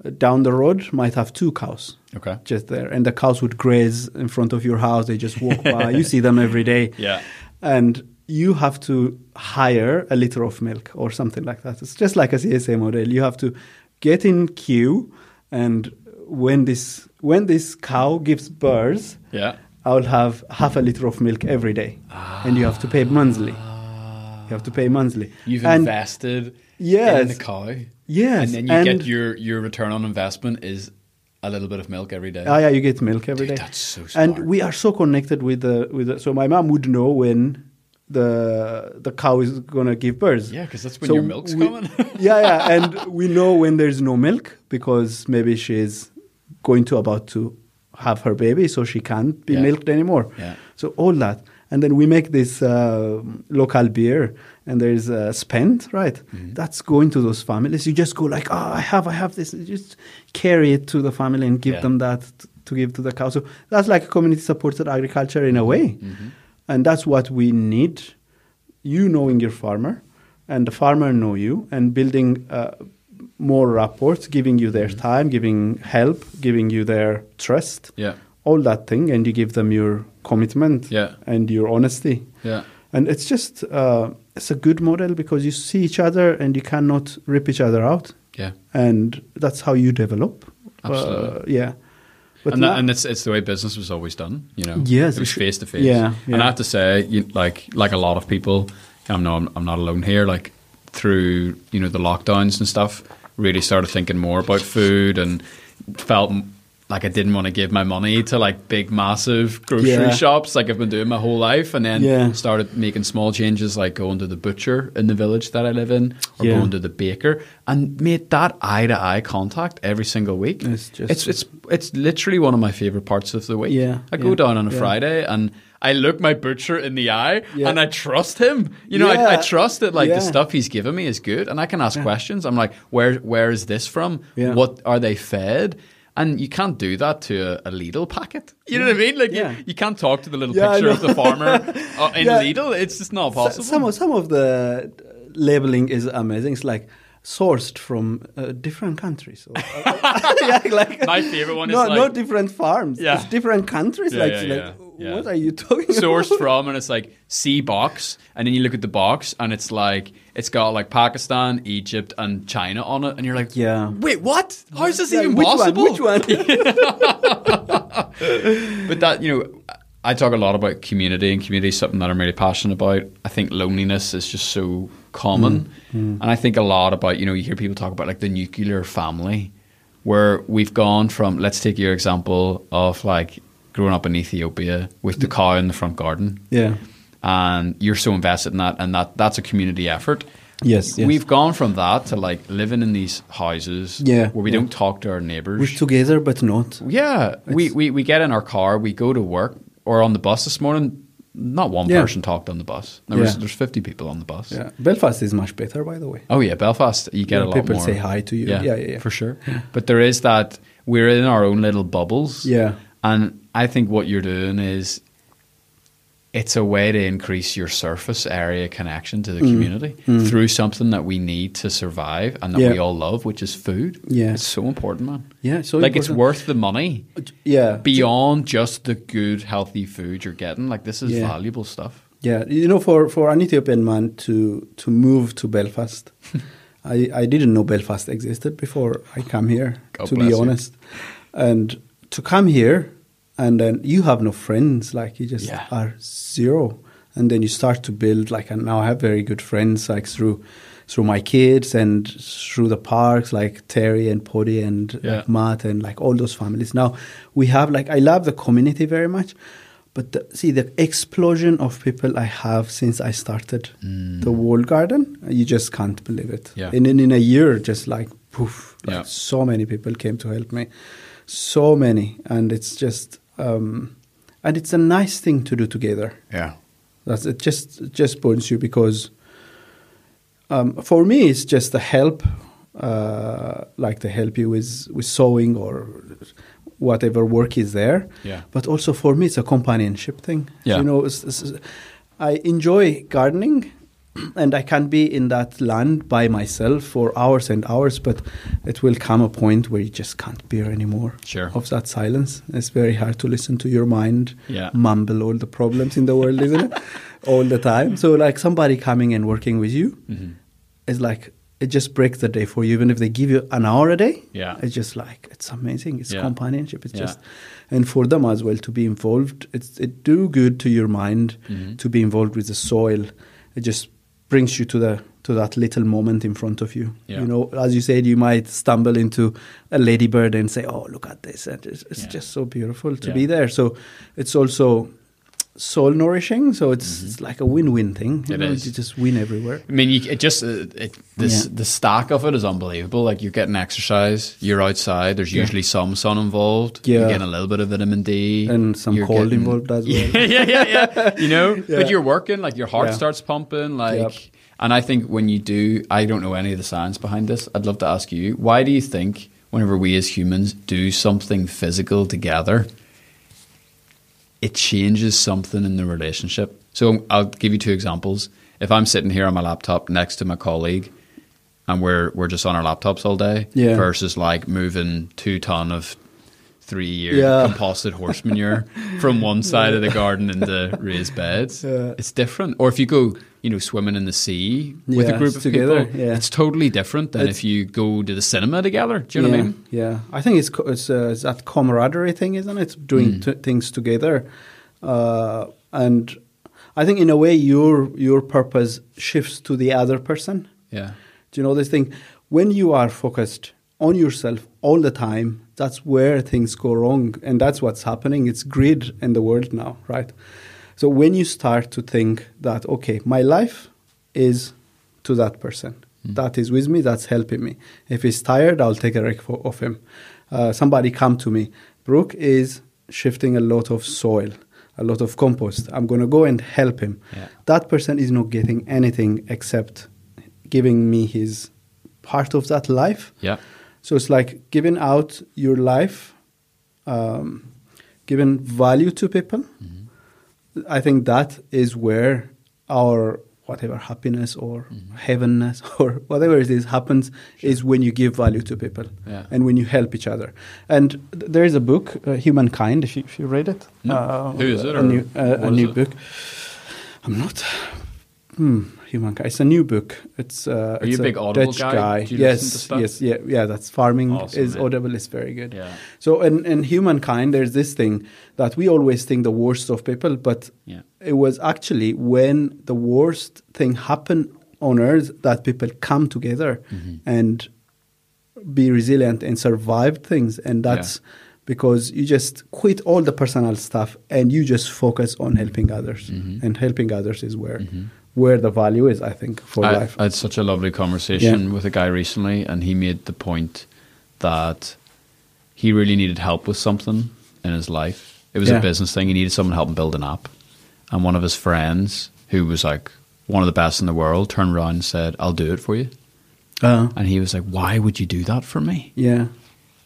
B: uh, down the road might have two cows
A: Okay.
B: just there. And the cows would graze in front of your house. They just walk by. you see them every day.
A: Yeah.
B: And you have to hire a liter of milk or something like that. It's just like a CSA model. You have to get in queue, and when this when this cow gives birth,
A: Yeah.
B: I will have half a liter of milk every day, and you have to pay monthly. You have to pay monthly.
A: Ah, You've
B: and
A: invested in the
B: Yes.
A: cow. And
B: Yes,
A: then you
B: and-
A: get your, your return on investment is a little bit of milk every day.
B: Oh yeah, you get milk every day.
A: Dude, that's so smart.
B: And we are so connected with the with the, so my mom would know when the the cow is gonna give birth.
A: Yeah, 'cause that's when your milk's
B: we-
A: coming.
B: yeah, yeah, and we know when there's no milk because maybe she's going to about to have her baby, so she can't be
A: Yeah.
B: milked anymore.
A: Yeah.
B: So all that. And then we make this uh, local beer, and there's a spend, right?
A: Mm-hmm.
B: That's going to those families. You just go like, oh, I have, I have this. You just carry it to the family and give
A: Yeah.
B: them that t- to give to the cow. So that's like community-supported agriculture in a way,
A: Mm-hmm.
B: and that's what we need. You knowing your farmer, and the farmer know you, and building uh, more rapport, giving you
A: Mm-hmm.
B: their time, giving help, giving you their trust
A: Yeah.
B: all that thing and you give them your commitment
A: Yeah.
B: and your honesty
A: Yeah.
B: and it's just uh, it's a good model because you see each other and you cannot rip each other out
A: Yeah.
B: and that's how you develop Uh,
A: Absolutely.
B: yeah but
A: and,
B: now-
A: that, and it's it's the way business was always done, you know.
B: Yes,
A: it was
B: it's-
A: face to face.
B: yeah,
A: And
B: yeah.
A: I have to say, you, like like a lot of people, I know I'm, I'm not alone here. Like through you know the lockdowns and stuff, really started thinking more about food and felt m- like I didn't want to give my money to like big massive grocery
B: Yeah.
A: shops like I've been doing my whole life, and then
B: Yeah.
A: started making small changes like going to the butcher in the village that I live in, or
B: Yeah.
A: going to the baker, and made that eye to eye contact every single week.
B: It's just-
A: it's it's it's literally one of my favorite parts of the week.
B: Yeah,
A: I go
B: yeah,
A: down on a
B: yeah.
A: Friday and I look my butcher in the eye
B: Yeah.
A: and I trust him. You know, I, I
B: Yeah,
A: trust that like the
B: yeah.
A: stuff he's given me is good and I can ask questions. I'm like, where where is this from?
B: Yeah.
A: What are they fed? And you can't do that to a, a Lidl packet. You know what I mean? Like
B: Yeah.
A: you, you can't talk to the little
B: Yeah, I
A: picture
B: know.
A: of the farmer uh, in
B: Yeah.
A: Lidl. It's just not
B: So-
A: possible.
B: Some of some of the uh, labeling is amazing. It's like sourced from uh, different countries. Or- yeah, like-
A: My favorite one is
B: no, no
A: like-
B: different farms.
A: Yeah.
B: It's different countries.
A: Yeah,
B: like,
A: yeah,
B: like,
A: yeah, yeah.
B: what are you talking
A: sourced
B: about?
A: from and it's like C box and then you look at the box and it's like it's got like Pakistan, Egypt and China on it and you're like
B: Yeah.
A: Wait, what? How is this
B: Yeah,
A: even
B: which
A: possible?
B: One, which one?
A: But that, you know, I talk a lot about community and community is something that I'm really passionate about. I think loneliness is just so common.
B: Mm.
A: And I think a lot about, you know, you hear people talk about like the nuclear family where we've gone from let's take your example of like growing up in Ethiopia with the cow in the front garden
B: Mm. yeah.
A: and you're so invested in that and that that's a community effort
B: Yes, yes.
A: we've gone from that to like living in these houses
B: Yeah,
A: where we
B: yeah.
A: don't talk to our neighbors
B: We're together, but not.
A: yeah we, we we get in our car we go to work or on the bus this morning not one
B: Yeah.
A: person talked on the bus there was,
B: Yeah.
A: there's 50 people on the bus
B: Yeah. Belfast is much better, by the way.
A: Oh yeah, Belfast. You get
B: Yeah,
A: a lot
B: people
A: more.
B: say hi to you. Yeah, yeah, yeah.
A: for sure. But there is that we're in our own little bubbles.
B: Yeah.
A: and I think what you're doing is it's a way to increase your surface area connection to the
B: Mm.
A: community through something that we need to survive and that
B: Yeah.
A: we all love, which is food.
B: Yeah.
A: it's so important, man.
B: Yeah, so
A: like it's
B: important.
A: worth the money.
B: Yeah.
A: Beyond just the good, healthy food you're getting, like this is
B: Yeah.
A: valuable stuff.
B: Yeah, you know, for, for an Ethiopian man to to move to Belfast, I, I didn't know Belfast existed before I come here.
A: God
B: to
A: bless
B: be
A: you.
B: honest, and to come here, and then you have no friends. Like you just
A: Yeah.
B: are zero, and then you start to build. Like and now I have very good friends, like through through my kids and through the parks, like Terry and Poddy and
A: Yeah.
B: like Matt and like all those families. Now we have like I love the community very much, but the, see the explosion of people I have since I started the wall garden, you just can't believe it.
A: Mm. Yeah.
B: And in, in a year, just like poof, like
A: Yeah.
B: so many people came to help me, so many, and it's just um, and it's a nice thing to do together.
A: Yeah.
B: That's it. Just it just bonus you because um, for me it's just a help, uh, like to help you with with sewing or whatever work is there.
A: Yeah.
B: But also for me it's a companionship thing.
A: Yeah.
B: You know, it's, it's- I enjoy gardening. And I can be in that land by myself for hours and hours, but it will come a point where you just can't bear anymore
A: Sure.
B: of that silence. It's very hard to listen to your mind
A: Yeah.
B: mumble all the problems in the world, isn't it? all the time. So like somebody coming and working with you
A: Mm-hmm.
B: is like it just breaks the day for you. Even if they give you an hour a day,
A: Yeah.
B: it's just like it's amazing. It's
A: Yeah.
B: companionship. It's
A: Yeah.
B: just and for them as well to be involved. It's it do good to your mind
A: Mm-hmm.
B: to be involved with the soil. It just brings you to the to that little moment in front of you.
A: Yeah.
B: You know, as you said, you might stumble into a ladybird and say, "Oh, look at this!" And it's, it's
A: Yeah.
B: just so beautiful to
A: Yeah.
B: be there. So it's also soul nourishing. So it's, it's like a win-win thing. You
A: Mm-hmm. It
B: know,
A: is.
B: You just win everywhere.
A: I mean, you, it just uh, it, this
B: Yeah.
A: the stack of it is unbelievable. Like you're getting exercise, you're outside. There's
B: Yeah.
A: usually some sun involved. You're
B: Yeah.
A: getting a little bit of vitamin D
B: And some
A: You're
B: cold
A: getting-
B: involved as well.
A: Yeah, yeah, yeah, yeah. You know,
B: Yeah.
A: but you're working. Like your heart
B: Yeah.
A: starts pumping. Like,
B: Yep.
A: and I think when you do, I don't know any of the science behind this. I'd love to ask you, why do you think whenever we as humans do something physical together, it changes something in the relationship. So I'll give you two examples. If I'm sitting here on my laptop next to my colleague and we're we're just on our laptops all day
B: Yeah.
A: versus like moving two ton of three year
B: Yeah.
A: composted horse manure from one side of the garden into raised beds.
B: Yeah.
A: It's different. Or if you go, you know, swimming in the sea with a
B: Yeah,
A: group of
B: together,
A: people,
B: yeah.
A: it's totally different than
B: It's-
A: if you go to the cinema together. Do you know
B: yeah,
A: what I mean?
B: Yeah, I think it's co- it's, uh, it's that camaraderie thing, isn't it? It's doing
A: Mm.
B: t- things together, uh, and I think in a way your your purpose shifts to the other person.
A: Yeah.
B: Do you know this thing? When you are focused on yourself all the time, that's where things go wrong, and that's what's happening. It's greed in the world now, right? So when you start to think that okay, my life is to that person that is with me, that's helping me. If he's tired, I'll take a rec for, of him. Uh, somebody come to me. Brooke is shifting a lot of soil, a lot of compost. I'm gonna go and help him.
A: Yeah.
B: That person is not getting anything except giving me his part of that life.
A: Yeah.
B: So it's like giving out your life, um, giving value to people.
A: Mm-hmm.
B: I think that is where our whatever happiness or
A: Mm-hmm.
B: heavenness or whatever it is happens is when you give value to people
A: Yeah.
B: and when you help each other. And th- there is a book, uh, Humankind, if you, if you read it.
A: No. Who is it
B: A
A: or
B: new, uh, a
A: what is
B: new
A: it?
B: book. I'm not. Hmm, Humankind. It's a new book. It's uh,
A: Are you
B: it's
A: a big Audible
B: Dutch
A: guy?
B: guy.
A: Do you
B: yes,
A: listen to stuff?
B: yes, yeah, yeah. That's farming
A: Awesome,
B: is
A: yeah.
B: Audible is very good.
A: Yeah.
B: So in in humankind, there's this thing that we always think the worst of people, but
A: Yeah.
B: it was actually when the worst thing happened on earth that people come together
A: Mm-hmm.
B: and be resilient and survive things, and that's. Because you just quit all the personal stuff and you just focus on helping others,
A: Mm-hmm.
B: and helping others is where where the value is, I think, for
A: I,
B: life.
A: I had such a lovely conversation
B: Yeah.
A: with a guy recently, and he made the point that he really needed help with something in his life. It was
B: Yeah.
A: a business thing. He needed someone to help him build an app. And one of his friends, who was like one of the best in the world, turned around and said, I'll do it for you.
B: Uh,
A: And he was like, Why would you do that for me?
B: yeah,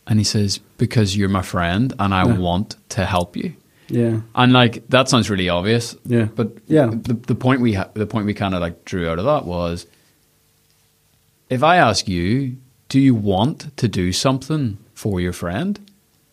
A: And he says, Because you're my friend and I
B: Yeah.
A: want to help you.
B: yeah.
A: And like that sounds really obvious.
B: Yeah.
A: But
B: Yeah.
A: the, the point we ha- the point we kind of like drew out of that was if I ask you, do you want to do something for your friend?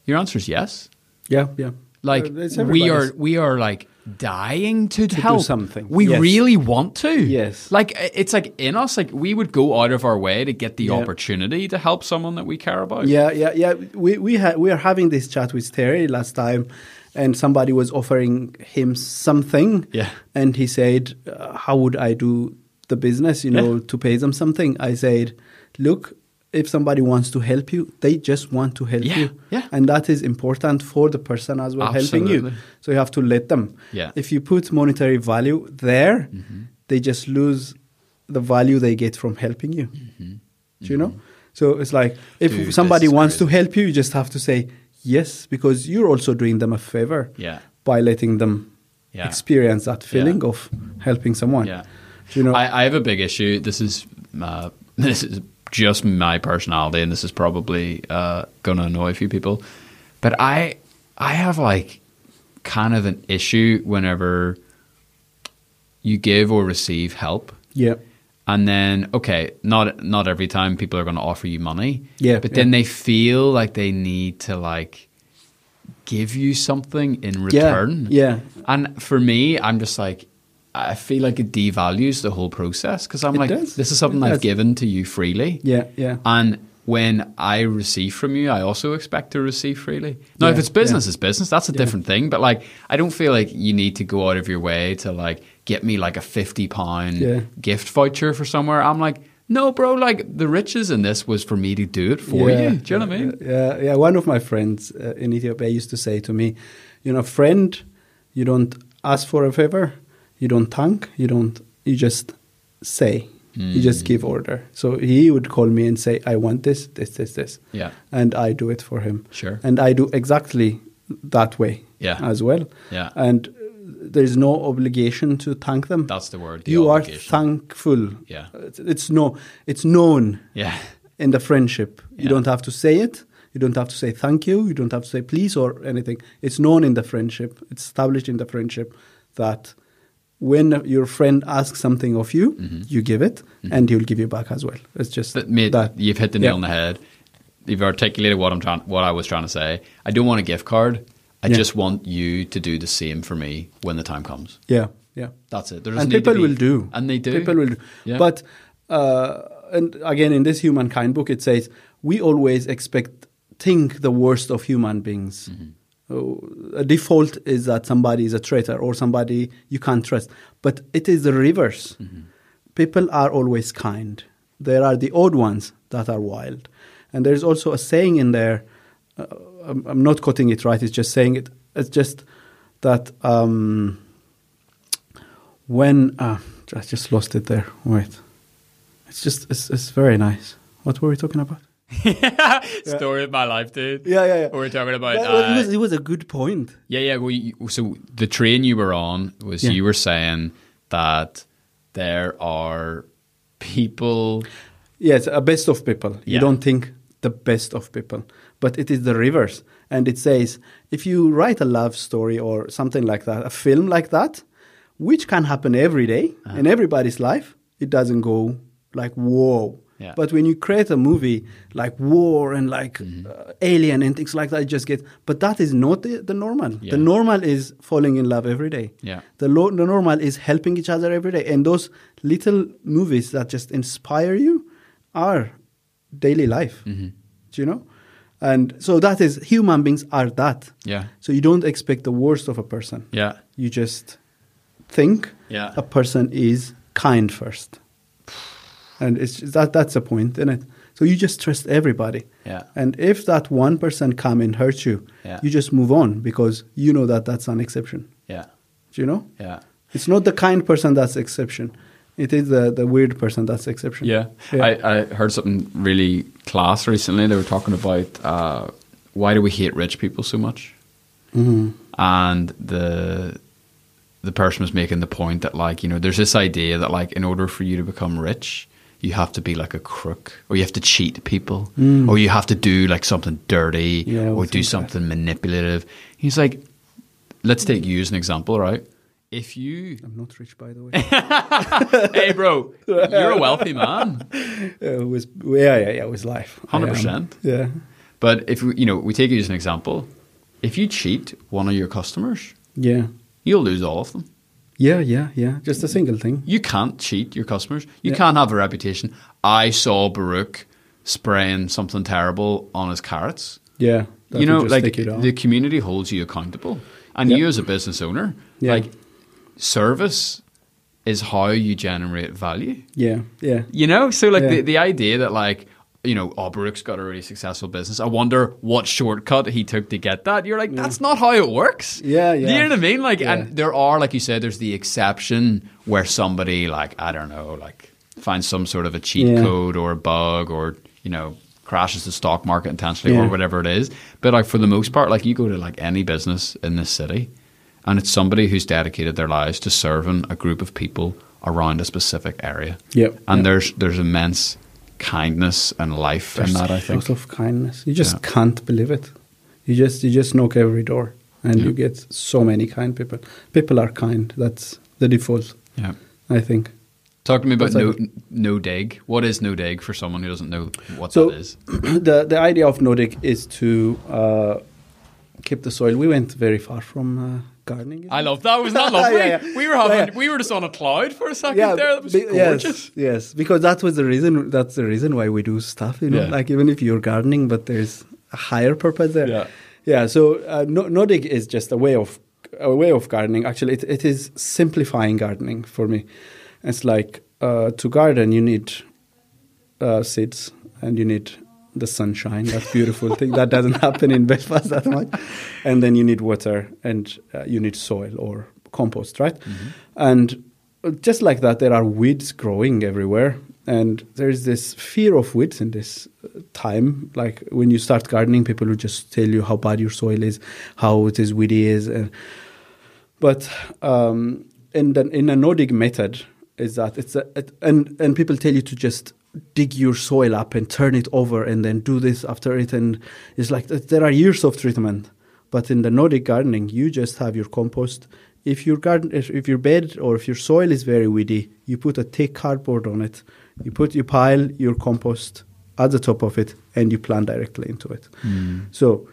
A: Your answer is yes.
B: Yeah, yeah.
A: Like
B: Uh, it's
A: we
B: everybody's-
A: are we are like dying to,
B: To do
A: help
B: something.
A: We
B: Yes.
A: really want to.
B: Yes.
A: Like i- it's like in us. Like we would go out of our way to get the
B: Yeah.
A: opportunity to help someone that we care about.
B: Yeah, yeah, yeah. We we ha- we are having this chat with Terry last time, and somebody was offering him something.
A: Yeah.
B: and he said, uh, "How would I do the business? You know,
A: Yeah.
B: to pay them something." I said, "Look." If somebody wants to help you, they just want to help
A: Yeah,
B: you,
A: yeah.
B: and that is important for the person as well helping
A: Absolutely.
B: you. So you have to let them.
A: Yeah. Mm-hmm.
B: If you put monetary value there, they just lose the value they get from helping you.
A: Mm-hmm.
B: Do you know? So it's like if
A: Dude,
B: somebody
A: this is
B: wants to
A: crazy.
B: help you, you just have to say yes because you're also doing them a favor
A: Yeah.
B: by letting them
A: Yeah.
B: experience that feeling of helping someone.
A: Yeah.
B: Do you know?
A: I, I have a big issue. This is uh, this is just my personality, and this is probably uh, going to annoy a few people. But I I have like kind of an issue whenever you give or receive help,
B: yeah.
A: and then okay, not not every time people are going to offer you money.
B: Yeah,
A: but
B: yeah.
A: then they feel like they need to like give you something in return.
B: yeah.
A: And for me, I'm just like, I feel like it devalues the whole process because I'm
B: It
A: like,
B: does.
A: this is something
B: It
A: I've
B: does.
A: given to you freely.
B: Yeah, yeah.
A: And when I receive from you, I also expect to receive freely. Now, if
B: Yeah,
A: it's business,
B: yeah.
A: it's business. That's a different thing. But like, I don't feel like you need to go out of your way to like get me like a fifty pound
B: Yeah.
A: gift voucher for somewhere. I'm like, no, bro. Like the riches in this was for me to do it for
B: Yeah,
A: you. Do you know what I mean?
B: Yeah, yeah. One of my friends uh, in Ethiopia used to say to me, "You know, friend, you don't ask for a favor, you don't thank, you don't, you just say, you
A: Mm.
B: just give order." So he would call me and say, "I want this, this, this, this,"
A: Yeah.
B: and I do it for him.
A: Sure.
B: and I do exactly that way.
A: Yeah.
B: as well.
A: Yeah.
B: and uh, there's no obligation to thank them.
A: That's the word, the
B: you
A: obligation.
B: are thankful.
A: Yeah.
B: it's, it's no, it's known
A: Yeah.
B: in the friendship. You
A: Yeah.
B: don't have to say it. You don't have to say thank you. You don't have to say please or anything. It's known in the friendship. It's established in the friendship that when your friend asks something of you,
A: Mm-hmm.
B: you give it, and he'll give you back as well. It's just
A: that made
B: that.
A: you've hit the
B: Yeah.
A: nail on the head. You've articulated what I'm trying, what I was trying to say. I don't want a gift card. I
B: Yeah.
A: just want you to do the same for me when the time comes.
B: Yeah, yeah.
A: That's it. There doesn't
B: and
A: need to
B: people
A: be-
B: will do.
A: and they do.
B: People will do.
A: Yeah.
B: But uh, and again, in this humankind book, it says we always expect think the worst of human beings.
A: Mm-hmm.
B: Uh, A default is that somebody is a traitor or somebody you can't trust, but it is the reverse.
A: Mm-hmm.
B: People are always kind. There are the odd ones that are wild, and there's also a saying in there. Uh, I'm, I'm not quoting it right. It's just saying it. It's just that. Um, when uh, I just lost it there. Wait, it's just it's, it's very nice. What were we talking about?
A: Story of my life, dude.
B: Yeah, yeah, yeah.
A: We We're talking about.
B: Well, it,
A: uh,
B: was, it was a good point.
A: Yeah, yeah. Well, you, so the train you were on was
B: Yeah.
A: you were saying that there are people.
B: Yes, a best of people. You
A: Yeah.
B: don't think the best of people, but it is the reverse. And it says if you write a love story or something like that, a film like that, which can happen every day
A: Uh-huh.
B: in everybody's life, it doesn't go like whoa.
A: Yeah.
B: But when you create a movie like war and like
A: Mm-hmm.
B: uh, alien and things like that, it just gets. But that is not the, the normal.
A: Yeah.
B: The normal is falling in love every day.
A: Yeah.
B: The, lo- the normal is helping each other every day. And those little movies that just inspire you are daily life.
A: Mm-hmm.
B: Do you know? And so that is, human beings are that.
A: Yeah.
B: So you don't expect the worst of a person.
A: Yeah.
B: You just think
A: Yeah.
B: a person is kind first. And it's that that's the point, isn't it? So you just trust everybody.
A: Yeah.
B: And if that one person come and hurt you,
A: Yeah.
B: you just move on because you know that that's an exception.
A: Yeah.
B: Do you know?
A: Yeah.
B: It's not the kind person that's exception. It is the, the weird person that's exception.
A: Yeah. I, I heard something really class recently. They were talking about uh, why do we hate rich people so much?
B: Mhm.
A: And the the person was making the point that like, you know, there's this idea that like in order for you to become rich, you have to be like a crook or you have to cheat people or you have to do like something dirty
B: Mm. Yeah, I
A: or
B: would
A: do
B: think that.
A: something manipulative. He's like, let's take you as an example, right? If you
B: I'm not rich by the way.
A: Hey bro, you're a wealthy man.
B: Uh, it was yeah, yeah, yeah, it was life. I am.
A: 100%.
B: Yeah.
A: But if we, you know, we take it as an example. If you cheat one of your customers,
B: Yeah.
A: you'll lose all of them.
B: Yeah, yeah, yeah. Just a single thing.
A: You can't cheat your customers. You
B: Yeah.
A: can't have a reputation. I saw Baruch spraying something terrible on his carrots.
B: Yeah. that
A: you
B: will
A: know,
B: just
A: like
B: take you down.
A: the community holds you accountable, and
B: Yep.
A: you as a business owner,
B: Yeah.
A: like service is how you generate value.
B: yeah, yeah.
A: You know, so like
B: Yeah.
A: the, the idea that like you know, oh, Baruch's got a really successful business. I wonder what shortcut he took to get that. You're like, that's not how it works.
B: Yeah,
A: Do you
B: yeah.
A: know what I mean? Like,
B: Yeah.
A: and there are, like you said, there's the exception where somebody, like, I don't know, like finds some sort of a cheat
B: Yeah.
A: code or a bug or, you know, crashes the stock market intentionally or
B: Yeah.
A: whatever it is. But like for the most part, like you go to like any business in this city and it's somebody who's dedicated their lives to serving a group of people around a specific area.
B: Yep.
A: And
B: Yep.
A: there's there's immense kindness and life in that, I think.
B: Out of kindness, you just
A: Yeah.
B: can't believe it. You just you just knock every door, and you get so many kind people. People are kind. That's the default,
A: Yeah.
B: I think.
A: Talk to me about
B: That's
A: no,
B: like-
A: no dig. What is no dig for someone who doesn't know what
B: So-
A: that is?
B: the the idea of Nordic is to uh, keep the soil. We went very far from uh, gardening. isn't
A: I
B: it?
A: love that. Was that lovely?
B: Yeah, yeah.
A: We were having,
B: Yeah, yeah.
A: we were just on a cloud for a second there. That was
B: be-
A: gorgeous.
B: Yes, yes, because that was the reason. That's the reason why we do stuff. You know,
A: Yeah.
B: like even if you're gardening, but there's a higher purpose there.
A: Yeah.
B: yeah. So uh, no- Nordic is just a way of a way of gardening. Actually, it, it is simplifying gardening for me. It's like uh, to garden, you need uh, seeds and you need the sunshine, that beautiful thing that doesn't happen in Belfast that much. And then you need water and uh, you need soil or compost, right?
A: Mm-hmm.
B: And just like that, there are weeds growing everywhere. And there is this fear of weeds in this uh, time. Like when you start gardening, people will just tell you how bad your soil is, how it is weedy is. And but um, in the in a Nordic method is that it's a, it, and and people tell you to just dig your soil up and turn it over and then do this after it and it's like th- there are years of treatment but in the Nordic gardening you just have your compost if your garden if, if your bed or if your soil is very weedy you put a thick cardboard on it you put you pile your compost at the top of it and you plant directly into it so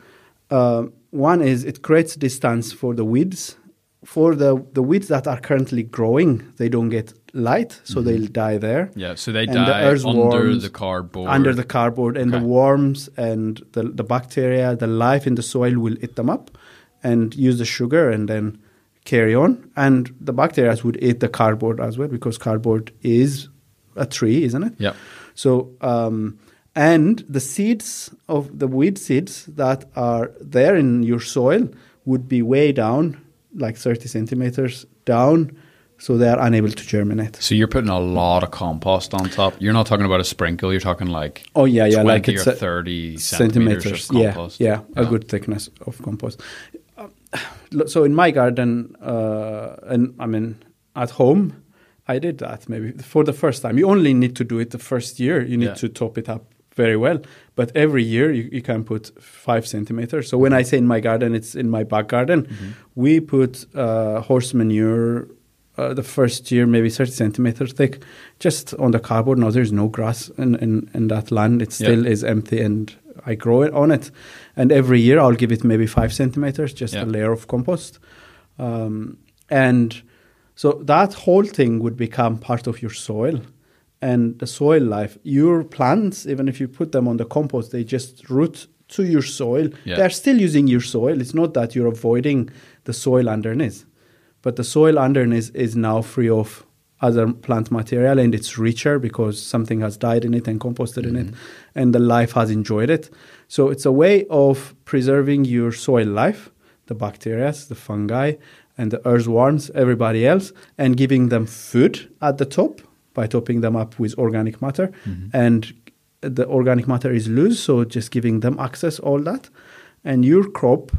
B: um, one is it creates distance for the weeds. For the, the weeds that are currently growing, they don't get light, so they'll die there.
A: Mm-hmm. Yeah, so they
B: And
A: die under
B: earthworms-
A: the cardboard.
B: Under the cardboard, and
A: Okay.
B: the worms and the, the bacteria, the life in the soil will eat them up and use the sugar and then carry on. And the bacteria would eat the cardboard as well because cardboard is a tree, isn't it?
A: Yeah.
B: So, um, and the seeds of the weed seeds that are there in your soil would be way down, like 30 centimeters down, so they are unable to germinate.
A: So you're putting a lot of compost on top. You're not talking about a sprinkle. You're talking like
B: Oh, yeah, yeah,
A: 20
B: like
A: or
B: it's a-
A: thirty centimeters, of compost.
B: Yeah, yeah, a good thickness of compost. Um, lo- So in my garden, uh, and I mean at home, I did that maybe for the first time. You only need to do it the first year. You need
A: Yeah.
B: to top it up very well. But every year you, you can put five centimeters. So when I say in my garden, it's in my back garden.
A: Mm-hmm.
B: We put uh, horse manure. Uh, the first year, maybe 30 centimeters thick, just on the cardboard. Now there's no grass in, in, in that land. It's
A: Yeah.
B: still is empty and I grow it on it. And every year I'll give it maybe five centimeters, just
A: Yeah.
B: a layer of compost. Um, and so that whole thing would become part of your soil and the soil life. Your plants, even if you put them on the compost, they just root to your soil.
A: Yeah.
B: They're still using your soil. It's not that you're avoiding the soil underneath, but the soil underneath is now free of other plant material and it's richer because something has died in it and composted in it and the life has enjoyed it. So it's a way of preserving your soil life, the bacteria, the fungi, and the earthworms, everybody else, and giving them food at the top by topping them up with organic matter. And the organic matter is loose, so just giving them access all that. And your crop,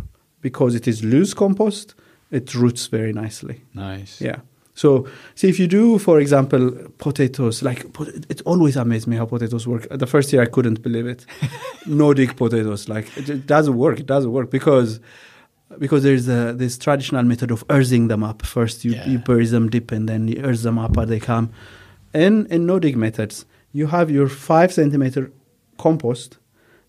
B: because it is loose compost, it roots very nicely.
A: Nice.
B: Yeah. So, see, if you do, for example, potatoes, like pot- it always amazed me how potatoes work. The first year I couldn't believe it. Nordic potatoes, like it, it doesn't work. It doesn't work because because there's a, this traditional method of earthing them up. First, you,
A: Yeah.
B: you bury them deep and then you earth them up as they come. In in Nordic methods, you have your five centimeter compost,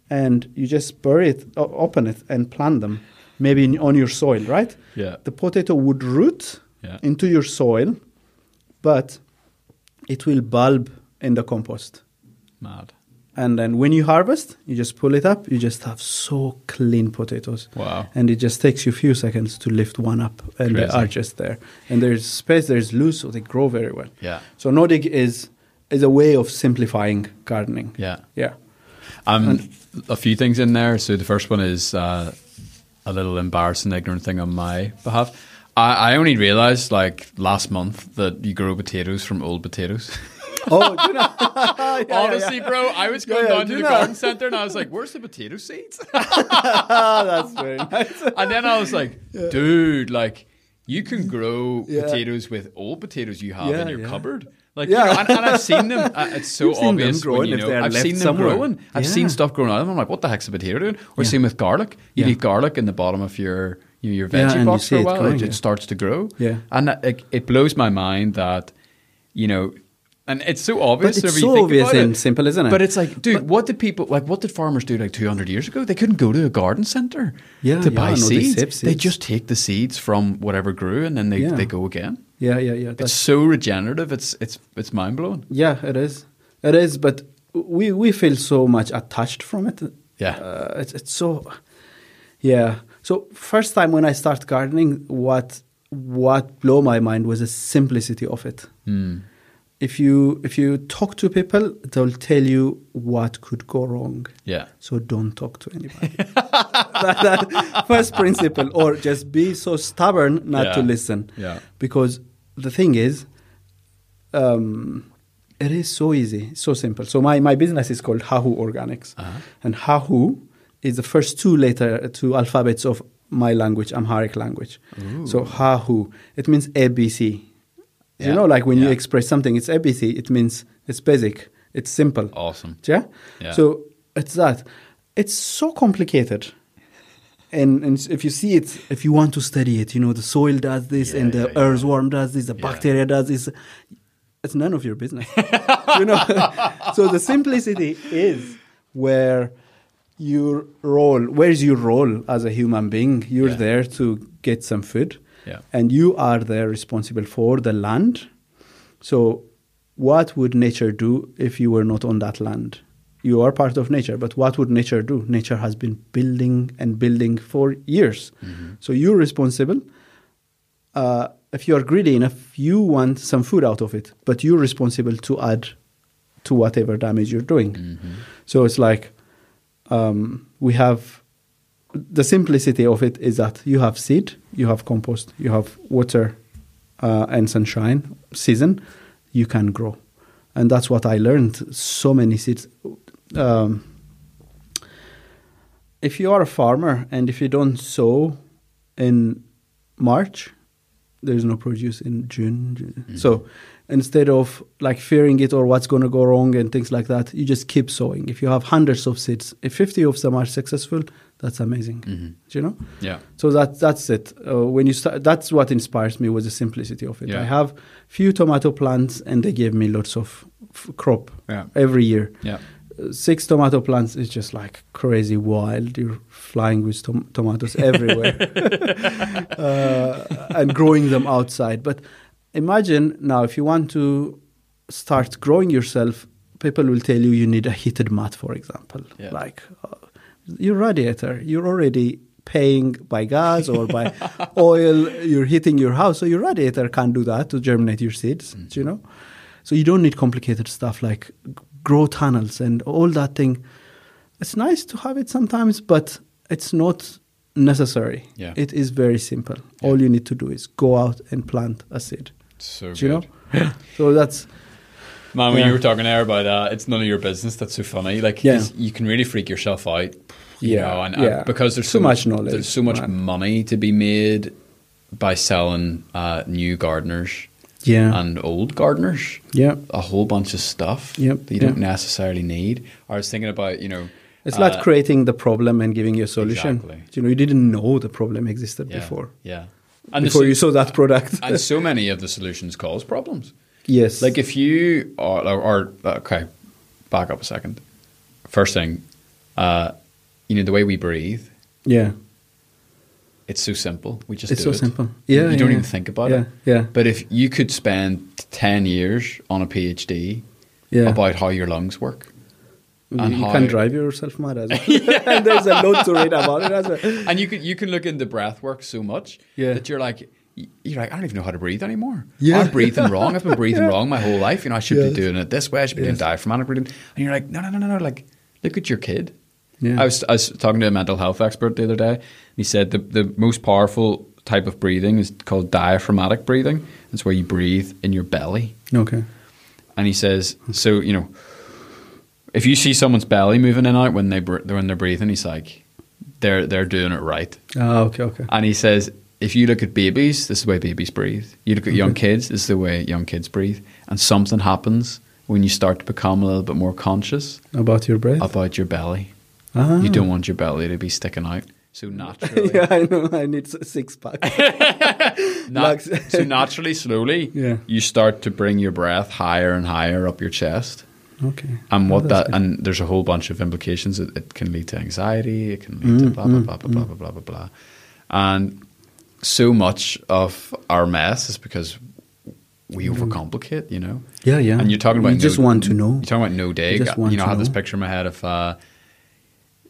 B: and you just bury it, o- open it, and plant them. maybe in, on your soil, right?
A: Yeah.
B: The potato would root
A: Yeah.
B: into your soil, but it will bulb in the compost.
A: Mad.
B: And then when you harvest, you just pull it up, you just have so clean potatoes.
A: Wow.
B: And it just takes you a few seconds to lift one up, and they
A: Crazy.
B: are just there. And there's space, there's loose, so they grow very well.
A: Yeah.
B: So Nordic is is a way of simplifying gardening.
A: Yeah.
B: Yeah.
A: Um, a few things in there. So the first one is uh, a little embarrassing, ignorant thing on my behalf. I, I only realised like last month that you grow potatoes from old potatoes.
B: Oh, do you know? Yeah, yeah,
A: Honestly,
B: yeah.
A: bro, I was going
B: Yeah,
A: down to
B: do
A: the
B: you know?
A: garden centre and I was like, "Where's the potato seeds?"
B: Ah, that's very nice.
A: and then I was like, "Dude, like." You can grow
B: Yeah.
A: potatoes with old potatoes you have in
B: Yeah,
A: your
B: yeah.
A: cupboard. Like,
B: Yeah.
A: you know, and, and I've seen them. uh, It's so
B: You've seen them
A: obvious when
B: growing
A: you
B: if
A: know.
B: they're
A: I've seen
B: left
A: them
B: somewhere.
A: growing. I've seen
B: Yeah.
A: stuff growing out of them. I'm like, what the heck's a potato doing? Or
B: Yeah.
A: same with garlic. You
B: Yeah.
A: leave garlic in the bottom of your you know, your
B: Yeah,
A: veggie
B: and you
A: box
B: see
A: for a
B: it
A: while.
B: growing,
A: it,
B: yeah.
A: it starts to grow.
B: Yeah.
A: and that, it, it blows my mind that you know. And it's so obvious.
B: it's
A: whenever you
B: so
A: think
B: obvious
A: about
B: and
A: it.
B: simple, isn't it?
A: But it's like, dude, what did people like? What did farmers do like 200 years ago? They couldn't go to a garden center
B: Yeah,
A: to
B: yeah,
A: buy
B: no, they
A: seeds.
B: save
A: They
B: seeds.
A: just take the seeds from whatever grew, and then they,
B: Yeah.
A: they go again.
B: Yeah, yeah, yeah.
A: It's
B: That's,
A: so regenerative. It's it's it's mind blowing.
B: yeah, it is. It is, but we we feel so much attached from it.
A: Yeah.
B: Uh, it's it's so yeah. So first time when I start gardening, what what blew my mind was the simplicity of it. Hmm. If you if you talk to people, they'll tell you what could go wrong.
A: Yeah.
B: So don't talk to anybody. That- that first principle, or just be so stubborn not to
A: Yeah.
B: listen.
A: Yeah.
B: Because the thing is, um, it is so easy, so simple. So my, my business is called Hahu Organics,
A: Uh-huh.
B: and Hahu is the first two letter two alphabets of my language, Amharic language. So Hahu, it means ABC.
A: Yeah.
B: You know, like when you
A: Yeah.
B: express something, it's ABC. It means it's basic, it's simple.
A: Awesome.
B: Yeah?
A: Yeah.
B: So it's that. It's so complicated. And, and if you see it, if you want to study it, you know, the soil does this
A: Yeah,
B: and the
A: yeah, yeah.
B: earthworm does this, the
A: Yeah.
B: bacteria does this. It's none of your business. you know? so the simplicity is where your role, where's your role as a human being? You're
A: Yeah.
B: there to get some food
A: Yeah.
B: and you are there responsible for the land. So, what would nature do if you were not on that land? You are part of nature, but what would nature do? Nature has been building and building for years. So, you're responsible. Uh, if you are greedy enough, you want some food out of it, but you're responsible to add to whatever damage you're doing. So, it's like um, we have the simplicity of it is that you have seed, you have compost, you have water uh, and sunshine season, you can grow. And that's what I learned. So many seeds. Um, if you are a farmer and if you don't sow in March, there's no produce in June. So instead of like fearing it or what's going to go wrong and things like that, you just keep sowing. If you have hundreds of seeds, if 50 of them are successful, that's amazing.
A: Mm-hmm.
B: Do you know?
A: Yeah.
B: So that that's it. Uh, when you start, that's what inspires me was the simplicity of it.
A: Yeah.
B: I have few tomato plants and they gave me lots of f- crop
A: Yeah.
B: every year
A: Yeah.
B: six tomato plants is just like crazy wild. You're flying with tom- tomatoes everywhere uh, and growing them outside. But imagine now if you want to start growing yourself, people will tell you you need a heated mat, for example.
A: Yeah.
B: Like uh, your radiator, you're already paying by gas or by oil, you're heating your house. So your radiator can't do that to germinate your seeds, you know? So you don't need complicated stuff like g- grow tunnels and all that thing. It's nice to have it sometimes, but it's not necessary.
A: Yeah.
B: It is very simple. All you need to do is go out and plant a seed.
A: So
B: Do you know?
A: good.
B: so that's
A: Man, when you
B: Yeah.
A: were talking there about that, it's none of your business. That's so funny. Like,
B: Yeah.
A: it's- you can really freak yourself out. You
B: Yeah,
A: know, and,
B: yeah.
A: and because there's so
B: Too much
A: much
B: knowledge,
A: There's so much
B: man.
A: money to be made by selling uh, new gardeners
B: Yeah.
A: and old gardeners.
B: Yeah.
A: A whole bunch of stuff
B: Yep,
A: that you don't
B: yeah.
A: necessarily need. I was thinking about, you know.
B: it's
A: uh,
B: like creating the problem and giving you a solution.
A: Exactly.
B: You know, you didn't know the problem existed
A: yeah,
B: before.
A: Yeah. the
B: before
A: so-
B: you saw that product.
A: and so many of the solutions cause problems.
B: yes.
A: Like if you are, or, or okay, back up a second. First thing, uh, you know the way we breathe.
B: yeah.
A: it's so simple. We just
B: It's
A: do
B: so
A: it.
B: simple. Yeah,
A: you don't
B: yeah.
A: even think about it.
B: Yeah, yeah.
A: But if you could spend ten years on a PhD
B: Yeah.
A: about how your lungs work, and
B: you
A: how-
B: can drive yourself mad as well. and there's a lot to read about it as well.
A: and you can you can look into breath work so much
B: Yeah.
A: that you're like y- you're like I don't even know how to breathe anymore.
B: Yeah.
A: I'm breathing wrong. I've been breathing wrong my whole life. You know I should
B: Yes.
A: be doing it this way. I should be
B: Yes.
A: doing diaphragmatic breathing. And you're like no no no no no. Like look at your kid.
B: Yeah.
A: I was I was talking to a mental health expert the other day. and He said the the most powerful type of breathing is called diaphragmatic breathing. It's where you breathe in your belly.
B: Okay.
A: And he says so you know if you see someone's belly moving in and out when they br- when they're breathing, he's like they're they're doing it right.
B: Ah, okay, okay.
A: And he says, if you look at babies, this is the way babies breathe. You look at young kids, this is the way young kids breathe. And something happens when you start to become a little bit more conscious
B: About your breath.
A: about your belly.
B: Ah.
A: You don't want your belly to be sticking out. So naturally,
B: yeah, I know. I need s- six pack.
A: nat-
B: Lux.
A: so naturally, slowly,
B: Yeah.
A: you start to bring your breath higher and higher up your chest.
B: okay.
A: And what
B: Oh,
A: that
B: that's good.
A: and there's a whole bunch of implications. It, it can lead to anxiety. It can
B: Mm,
A: lead to blah blah blah blah blah blah blah blah. And so much of our mess is because we overcomplicate. You know.
B: Mm-hmm. Yeah, yeah.
A: And you're talking about
B: You just
A: no-
B: want to know.
A: You're talking about no day.
B: You
A: You,
B: just want
A: know, I
B: to
A: had this
B: know.
A: picture in my head of. Uh,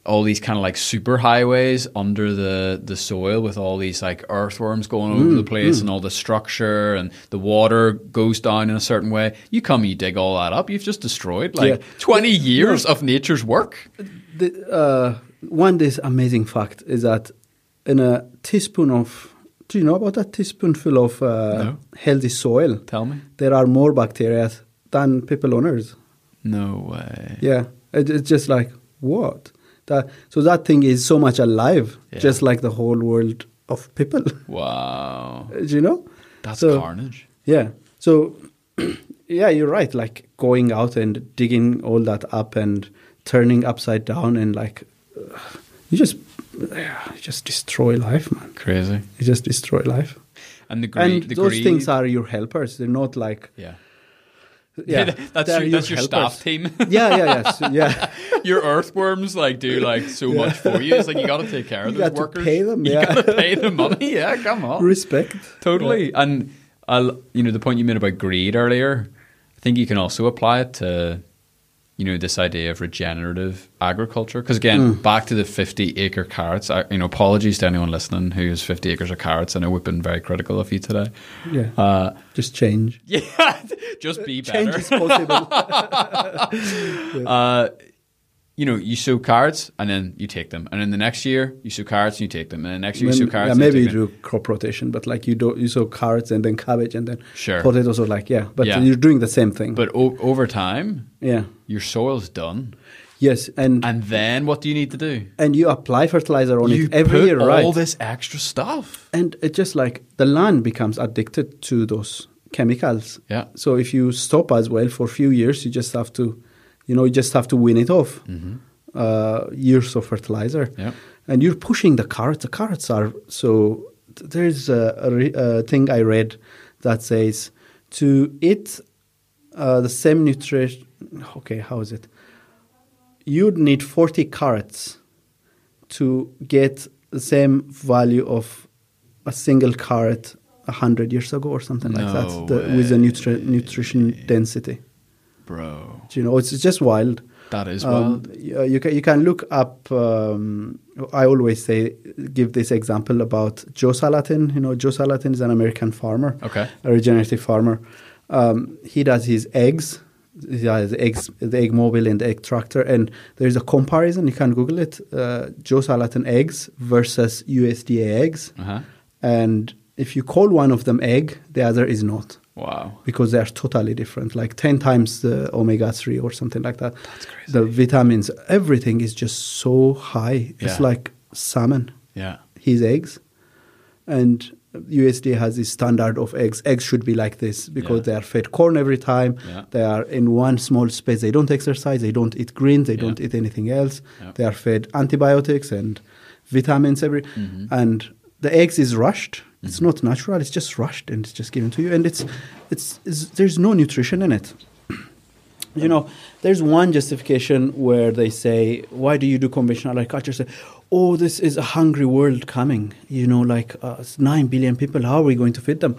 A: all these kind of like super highways under the, the soil with all these like earthworms going all over
B: Mm,
A: the place and all the structure and the water goes down in a certain way. You come, you dig all that up. You've just destroyed like
B: Yeah.
A: 20 years of nature's work.
B: the, uh, one this amazing fact is that in a teaspoon of do you know about that teaspoonful of uh,
A: No.
B: healthy soil
A: Tell me.
B: there are more bacteria than people on earth
A: No way.
B: yeah it, it's just like what that so that thing is so much alive
A: Yeah.
B: just like the whole world of people
A: Wow.
B: do you know
A: That's
B: So-
A: carnage.
B: yeah. So, yeah, you're right. Like going out and digging all that up and turning upside down and like, ugh, you just, yeah, you just destroy life, man.
A: Crazy.
B: You just destroy life.
A: And the greed.
B: and
A: the
B: those
A: greed-
B: things are your helpers. They're not like,
A: Yeah.
B: yeah,
A: that's
B: they're
A: your, that's your
B: helpers.
A: staff team.
B: yeah, yeah, yeah, so- yeah.
A: your earthworms like do like so much for you. It's like you got to take care of
B: You
A: those
B: got to
A: workers.
B: pay them,
A: You
B: yeah.
A: got to pay them money. Yeah, come on.
B: Respect.
A: totally. And I'll, you know the point you made about greed earlier. I think you can also apply it to you know this idea of regenerative agriculture. Because again,
B: Mm.
A: back to the fifty-acre carrots. I, you know, apologies to anyone listening who is fifty acres of carrots. I know we've been very critical of you today.
B: Yeah.
A: Uh,
B: just change.
A: yeah, just be better.
B: Change is possible.
A: uh, you know, you sow carrots and then you take them, and then the next year you sow carrots and you take them, and the next year you sow
B: When-
A: carrots.
B: yeah,
A: and
B: maybe
A: you
B: you
A: take them.
B: do crop rotation, but like you do, you sow carrots and then cabbage and then
A: Sure.
B: potatoes. Or like yeah, but
A: Yeah.
B: you're doing the same thing.
A: But o- over time,
B: yeah,
A: your soil's done,
B: yes, and and,
A: and then what do you need to do?
B: you apply fertilizer on
A: You
B: it every
A: put
B: year,
A: all
B: right?
A: this extra stuff.
B: and it just like the land becomes addicted to those chemicals.
A: Yeah.
B: So if you stop as well for a few years, you just have to, you know, you just have to win it off. Uh, years of fertilizer.
A: Mm-hmm. Yeah.
B: And you're pushing the carrots. The carrots are so. th- There's a, a, re, a thing I read that says to eat uh, the same nutrition. Okay, how is it? You'd need 40 carrots to get the same value of a single carrot 100 years ago or something like
A: No
B: that the, with the
A: way.
B: nutri- nutrition density.
A: Bro,
B: Do you know, it's just wild.
A: that is
B: Um,
A: wild.
B: yeah, you can you can look up. Um, I always say give this example about Joe Salatin. You know, Joe Salatin is an American farmer,
A: Okay.
B: a regenerative farmer. Um, he does his eggs. He has eggs, the egg mobile and the egg tractor, and there is a comparison. You can Google it: uh, Joe Salatin eggs versus USDA eggs.
A: Uh-huh.
B: And if you call one of them egg, the other is not
A: Wow.
B: because they are totally different, like 10 times the omega 3 or something like that. That's
A: crazy.
B: The vitamins, everything is just so high. It's
A: Yeah.
B: like salmon,
A: Yeah.
B: his eggs. And USDA has this standard of eggs. Eggs should be like this because
A: Yeah.
B: they are fed corn every time.
A: Yeah.
B: They are in one small space. They don't exercise. They don't eat greens. They
A: Yeah.
B: don't eat anything else.
A: Yeah.
B: They are fed antibiotics and vitamins every.
A: Mm-hmm.
B: And the eggs is rushed. It's not natural. It's just rushed and it's just given to you. And it's, it's, it's there's no nutrition in it. You know, there's one justification where they say, "Why do you do conventional agriculture?" Say, oh, this is a hungry world coming. You know, like uh, it's nine billion people. How are we going to feed them?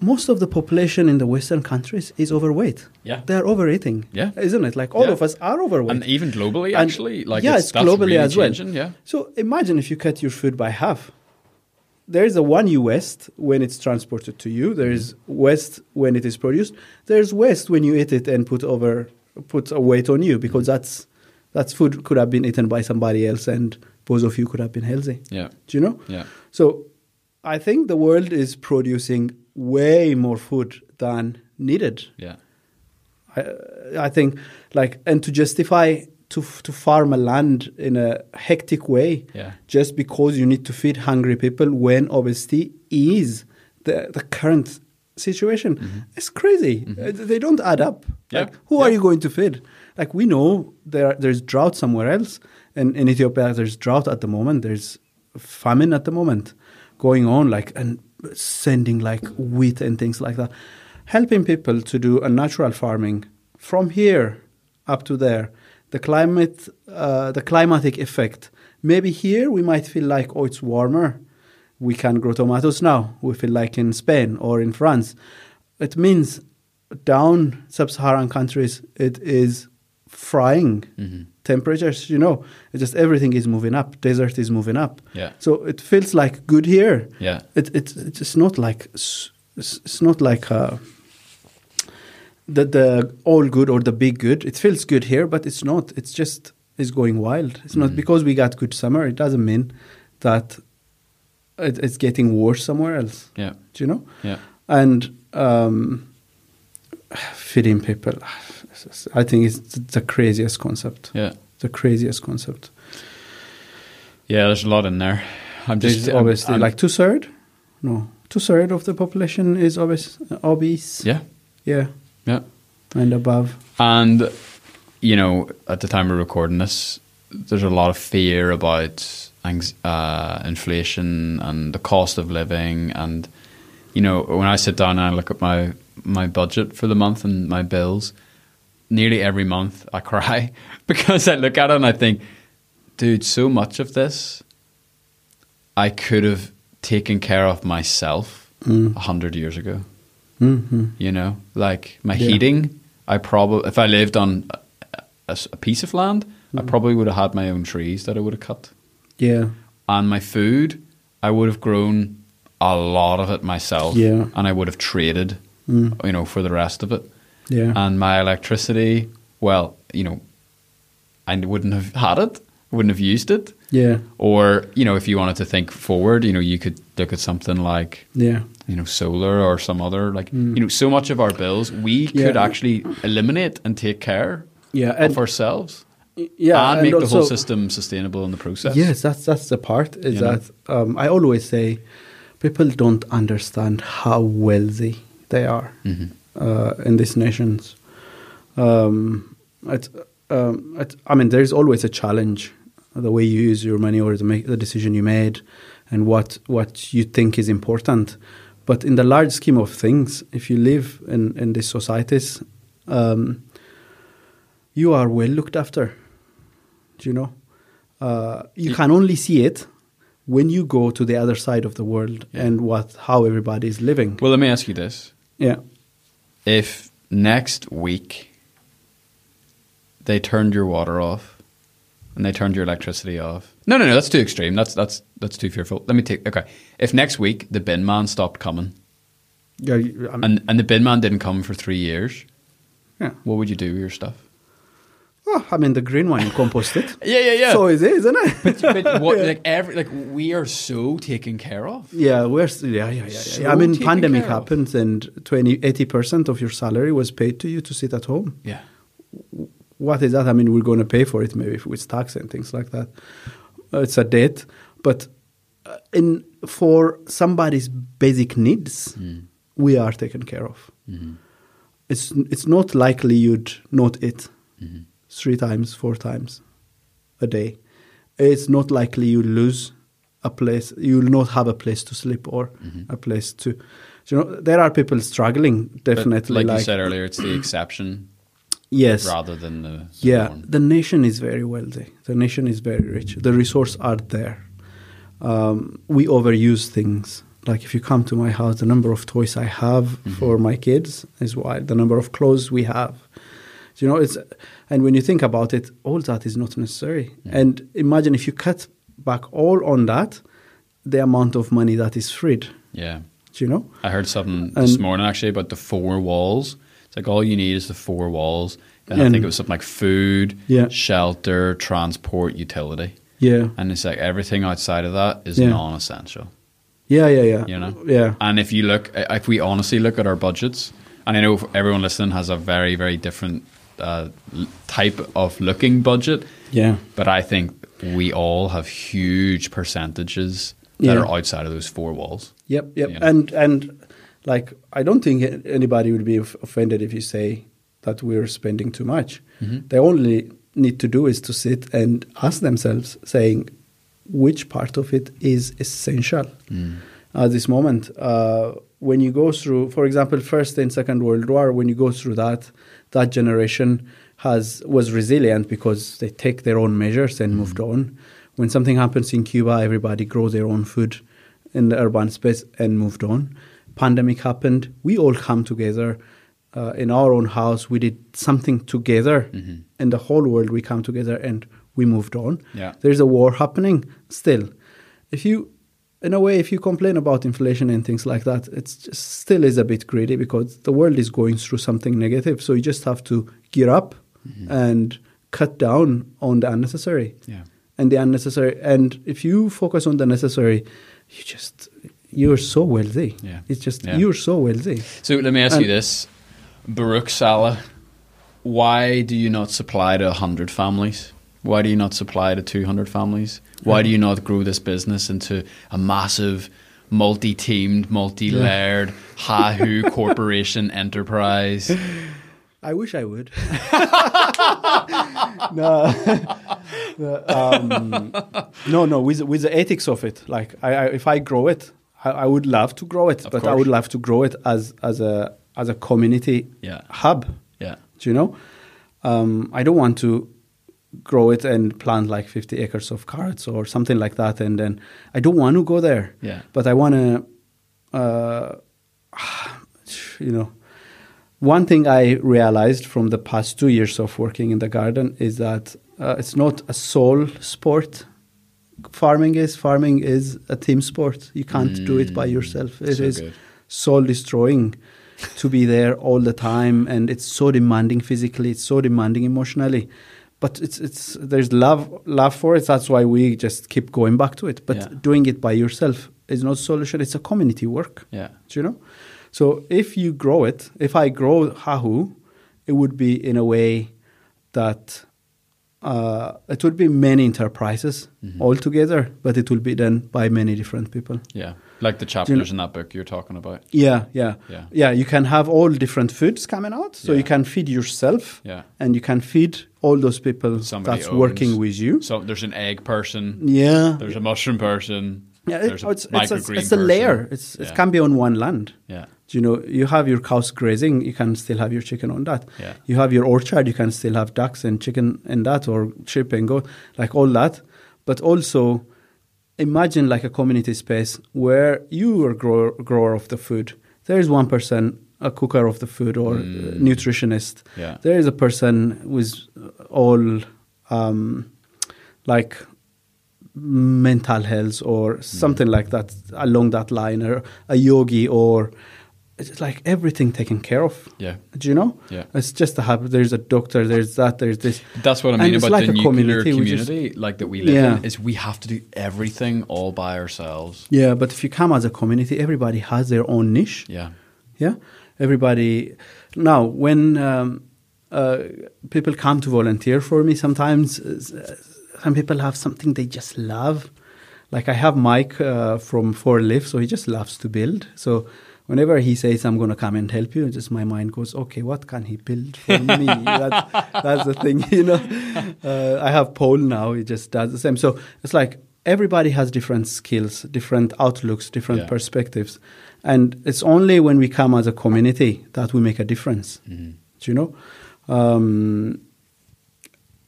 B: Most of the population in the Western countries is overweight.
A: Yeah.
B: they are overeating.
A: Yeah.
B: isn't it? Like all
A: Yeah.
B: of us are overweight.
A: And even globally,
B: And-
A: actually, like
B: yeah,
A: it's,
B: it's
A: that's
B: globally
A: really
B: as well.
A: changing, Yeah,
B: So imagine if you cut your food by half. There is a one U West when it's transported to you. There is West when it is produced. There's West when you eat it and put over put a weight on you
A: Mm-hmm.
B: because that's that's food could have been eaten by somebody else and both of you could have been healthy.
A: yeah,
B: Do you know?
A: yeah.
B: So I think the world is producing way more food than needed.
A: Yeah.
B: I, I think like and to justify to f- to farm a land in a hectic way
A: Yeah.
B: just because you need to feed hungry people when obesity is the the current situation it's crazy Uh, they don't add up
A: Yeah,
B: like who are
A: yeah.
B: you going to feed like we know there there's drought somewhere else and in Ethiopia there's drought at the moment there's famine at the moment going on like and sending like wheat and things like that helping people to do a natural farming from here up to there the climate uh, the climatic effect maybe here we might feel like oh it's warmer we can grow tomatoes now we feel like in Spain or in France it means down sub-Saharan countries it is frying
A: Mm-hmm.
B: temperatures you know It's just everything is moving up desert is moving up
A: Yeah.
B: so it feels like good here
A: Yeah.
B: it, it it's just not like s- s- it's not like uh, the the all good or the big good. It feels good here, but it's not. It's just it's going wild. It's
A: Mm-hmm.
B: not because we got good summer. It doesn't mean that it, it's getting worse somewhere else.
A: Yeah.
B: Do you know?
A: Yeah.
B: And um, feeding people, I think it's the craziest concept.
A: Yeah.
B: The craziest concept.
A: Yeah, there's a lot in there. I'm just
B: There's
A: I'm-
B: obviously
A: I'm-
B: like two third, no, two third of the population is obese, obese.
A: yeah,
B: yeah,
A: yeah.
B: and above.
A: And you know, at the time we're recording this, there's a lot of fear about anx- uh, inflation and the cost of living. And you know, when I sit down and I look at my my budget for the month and my bills, nearly every month I cry because I look at it and I think, dude, so much of this I could have taken care of myself a hundred years ago
B: hmm
A: you know like my
B: Yeah.
A: heating i probably if i lived on a- a, s- a piece of land i
B: Mm-hmm.
A: probably would have had my own trees that i would have cut
B: Yeah,
A: and my food i would have grown a lot of it myself
B: Yeah.
A: and i would have traded
B: Mm.
A: you know for the rest of it
B: yeah,
A: and my electricity well you know i wouldn't have had it wouldn't have used it
B: yeah,
A: or you know if you wanted to think forward you know you could look at something like
B: yeah,
A: you know, solar or some other like you know, so much of our bills we
B: Mm. Yeah.
A: could actually eliminate and take care
B: yeah,
A: of ourselves.
B: y- yeah,
A: and,
B: and
A: make the whole
B: also-
A: system sustainable in the process.
B: Yes, that's that's the part. Is
A: You know?
B: that um, I always say people don't understand how wealthy they are
A: Mm-hmm.
B: uh, in these nations. Um, it's, um, it's, I mean, there is always a challenge the way you use your money or the, make, the decision you made and what what you think is important. But in the large scheme of things, if you live in in these societies. Um, you are well looked after. Do you know? Uh, you can only see it when you go to the other side of the world
A: Yeah.
B: and what how everybody is living.
A: Well, let me ask you this:
B: yeah,
A: If next week they turned your water off and they turned your electricity off, no, no, no, that's too extreme. That's that's that's too fearful. Let me take. Okay, if next week the bin man stopped coming
B: yeah, you- I'm-
A: and and the bin man didn't come for three years,
B: yeah.
A: what would you do with your stuff?
B: Well, I mean, the green one you compost it.
A: Yeah, yeah, yeah.
B: So is it, isn't it?
A: but, but what, like every like we are so taken care of.
B: yeah, we're s- yeah, yeah, yeah. yeah.
A: So
B: I mean,
A: taken
B: pandemic
A: care of.
B: happens, and 20, 80 percent of your salary was paid to you to sit at home.
A: Yeah,
B: what is that? I mean, we're going to pay for it maybe with tax and things like that. Uh, it's a debt, but uh, in for somebody's basic needs, we are taken care of.
A: Mm-hmm.
B: It's it's not likely you'd not eat three times, four times a day. It's not likely you lose a place. You'll not have a place to sleep or a place to. You know, there are people struggling
A: But
B: definitely.
A: Like, you said earlier, it's the exception
B: Yes.
A: rather than the
B: yeah,
A: norm.
B: the nation is very wealthy. The nation is very rich. The resources are there. Um, we overuse things. Like if you come to my house, the number of toys I have
A: Mm-hmm.
B: for my kids is wild. The number of clothes we have, you know, it's. And when you think about it, all that is not necessary.
A: Mm.
B: And imagine if you cut back all on that, the amount of money that is freed.
A: yeah.
B: You know,
A: I heard something this
B: And-
A: morning actually about the four walls. It's like all you need is the four walls. And, I think
B: And-
A: it was something like food,
B: Yeah.
A: shelter, transport, utility.
B: yeah,
A: And it's like everything outside of that is
B: Yeah.
A: non essential.
B: yeah, yeah, yeah,
A: You know?
B: yeah,
A: And if you look, uh, if we honestly look at our budgets, and I know everyone listening has a very, very different uh, l- type of looking budget,
B: yeah.
A: but I think we all have huge percentages that
B: Yeah.
A: are outside of those four walls.
B: Yep, yep.
A: You know?
B: And and like I don't think anybody would be off- offended if you say that we're spending too much. They only need to do is to sit and ask themselves, saying, which part of it is essential at this moment? Uh, when you go through, for example, First and Second World War, when you go through that, that generation has was resilient because they take their own measures and moved on. When something happens in Cuba, everybody grow their own food in the urban space and moved on. Pandemic happened. We all come together uh, in our own house. We did something together. In the whole world, we come together and we moved on.
A: Yeah.
B: There's a war happening still. If you, in a way, if you complain about inflation and things like that, it's just still is a bit greedy because the world is going through something negative. So you just have to gear up and cut down on the unnecessary
A: Mm-hmm. Yeah.
B: and the unnecessary. And if you focus on the necessary, you just you're so wealthy.
A: Yeah.
B: It's just
A: Yeah.
B: you're so wealthy.
A: So let me ask you
B: And-
A: this, Baruch Salah, why do you not supply to 100 families? Why do you not supply to 200 families? Why do you not grow this business into a massive, multi teamed, multi layered, ha-hu corporation enterprise?
B: I wish I would. no, No, um, no, no. With with the ethics of it, like I, I if I grow it, I, I would love to grow it,
A: Of
B: but I
A: course.
B: would love to grow it as as a as a community
A: Yeah.
B: hub.
A: Yeah.
B: Do you know? Um, I don't want to grow it and plant like 50 acres of carrots or something like that. And then I don't want to go there.
A: Yeah.
B: But I want to, uh, you know, one thing I realized from the past two years of working in the garden is that uh, it's not a sole sport. Farming is farming is a team sport. You can't do it by yourself. It
A: Mm,
B: is
A: so good.
B: soul destroying to be there all the time and it's so demanding physically it's so demanding emotionally but it's it's there's love love for it that's why we just keep going back to it but
A: Yeah.
B: doing it by yourself is not solution it's a community work
A: Yeah.
B: do you know so if you grow it if i grow hahu it would be in a way that uh, it would be many enterprises
A: Mm-hmm.
B: all together but it will be done by many different people
A: Yeah. Like the chapters in that book you're talking about.
B: yeah, yeah,
A: Yeah.
B: You can have all different foods coming out, so
A: Yeah.
B: you can feed yourself,
A: Yeah.
B: and you can feed all those people
A: Somebody
B: that's
A: owns-
B: working with you.
A: So there's an egg person,
B: Yeah,
A: there's a mushroom person,
B: yeah. It, oh,
A: there's a
B: it's, it's, a,
A: microgreen
B: it's a
A: person.
B: layer. It's
A: Yeah.
B: it can be on one land.
A: Yeah.
B: You know, you have your cows grazing, you can still have your chicken on that.
A: Yeah.
B: You have your orchard, you can still have ducks and chicken in that, or sheep and goat, like all that. But also, imagine like a community space where you are grower, grower of the food. There is one person, a cooker of the food or uh, nutritionist.
A: Mm. Yeah.
B: There is a person with all, um, like, mental health or something like that along that line or a yogi or it's like everything taken care of
A: Yeah.
B: do you know
A: Yeah.
B: it's just a habit there's a doctor there's that there's this
A: That's what I
B: And
A: mean
B: it's
A: about
B: like
A: the
B: a
A: nuclear community,
B: community, we just-
A: like that we live
B: Yeah.
A: in, is we have to do everything all by ourselves.
B: yeah but if you come as a community everybody has their own niche
A: Yeah.
B: yeah everybody now when um, uh, people come to volunteer for me sometimes uh, some people have something they just love like i have mike uh, from four lift so he just loves to build so whenever he says i'm going to come and help you just my mind goes okay what can he build for me that's, that's the thing you know uh, i have paul now he just does the same so it's like everybody has different skills different outlooks different
A: Yeah.
B: perspectives perspectives.
A: Mm-hmm.
B: And it's only when we come as a community that we make a difference. Do you know? Um,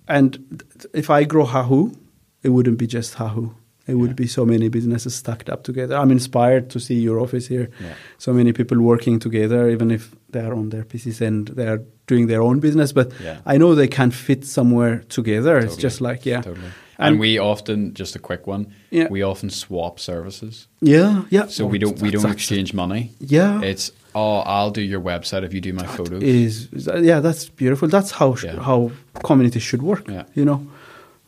B: and th- if I grow Hahu, it wouldn't be just Hahu. It would be so many businesses stacked up together. I'm inspired to see your office here.
A: Yeah.
B: So many people working together, even if they are on their PCs and they are doing their own business. But
A: Yeah.
B: I know they can fit somewhere together. It's
A: Totally.
B: just like, yeah.
A: Totally. And,
B: And-
A: we often, just a quick one,
B: Yeah.
A: we often swap services.
B: Yeah, yeah.
A: So we don't we
B: That's
A: don't
B: actually-
A: exchange money.
B: Yeah.
A: It's oh, I'll do your website if you do my photos.
B: is, is that- yeah that's beautiful that's how sh-
A: Yeah.
B: how communities should work
A: Yeah.
B: you know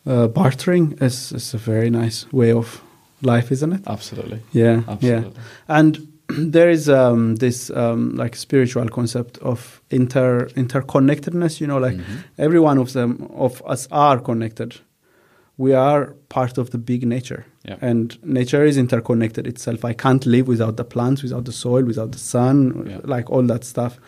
B: uh, bartering is, is a very nice way of life isn't it
A: Absolutely.
B: yeah
A: Absolutely.
B: yeah and there is um, this um, like spiritual concept of inter interconnectedness you know like
A: Mm-hmm.
B: every one of them of us are connected we are part of the big nature
A: Yeah.
B: and nature is interconnected itself i can't live without the plants without the soil without the sun
A: Yeah.
B: like all that stuff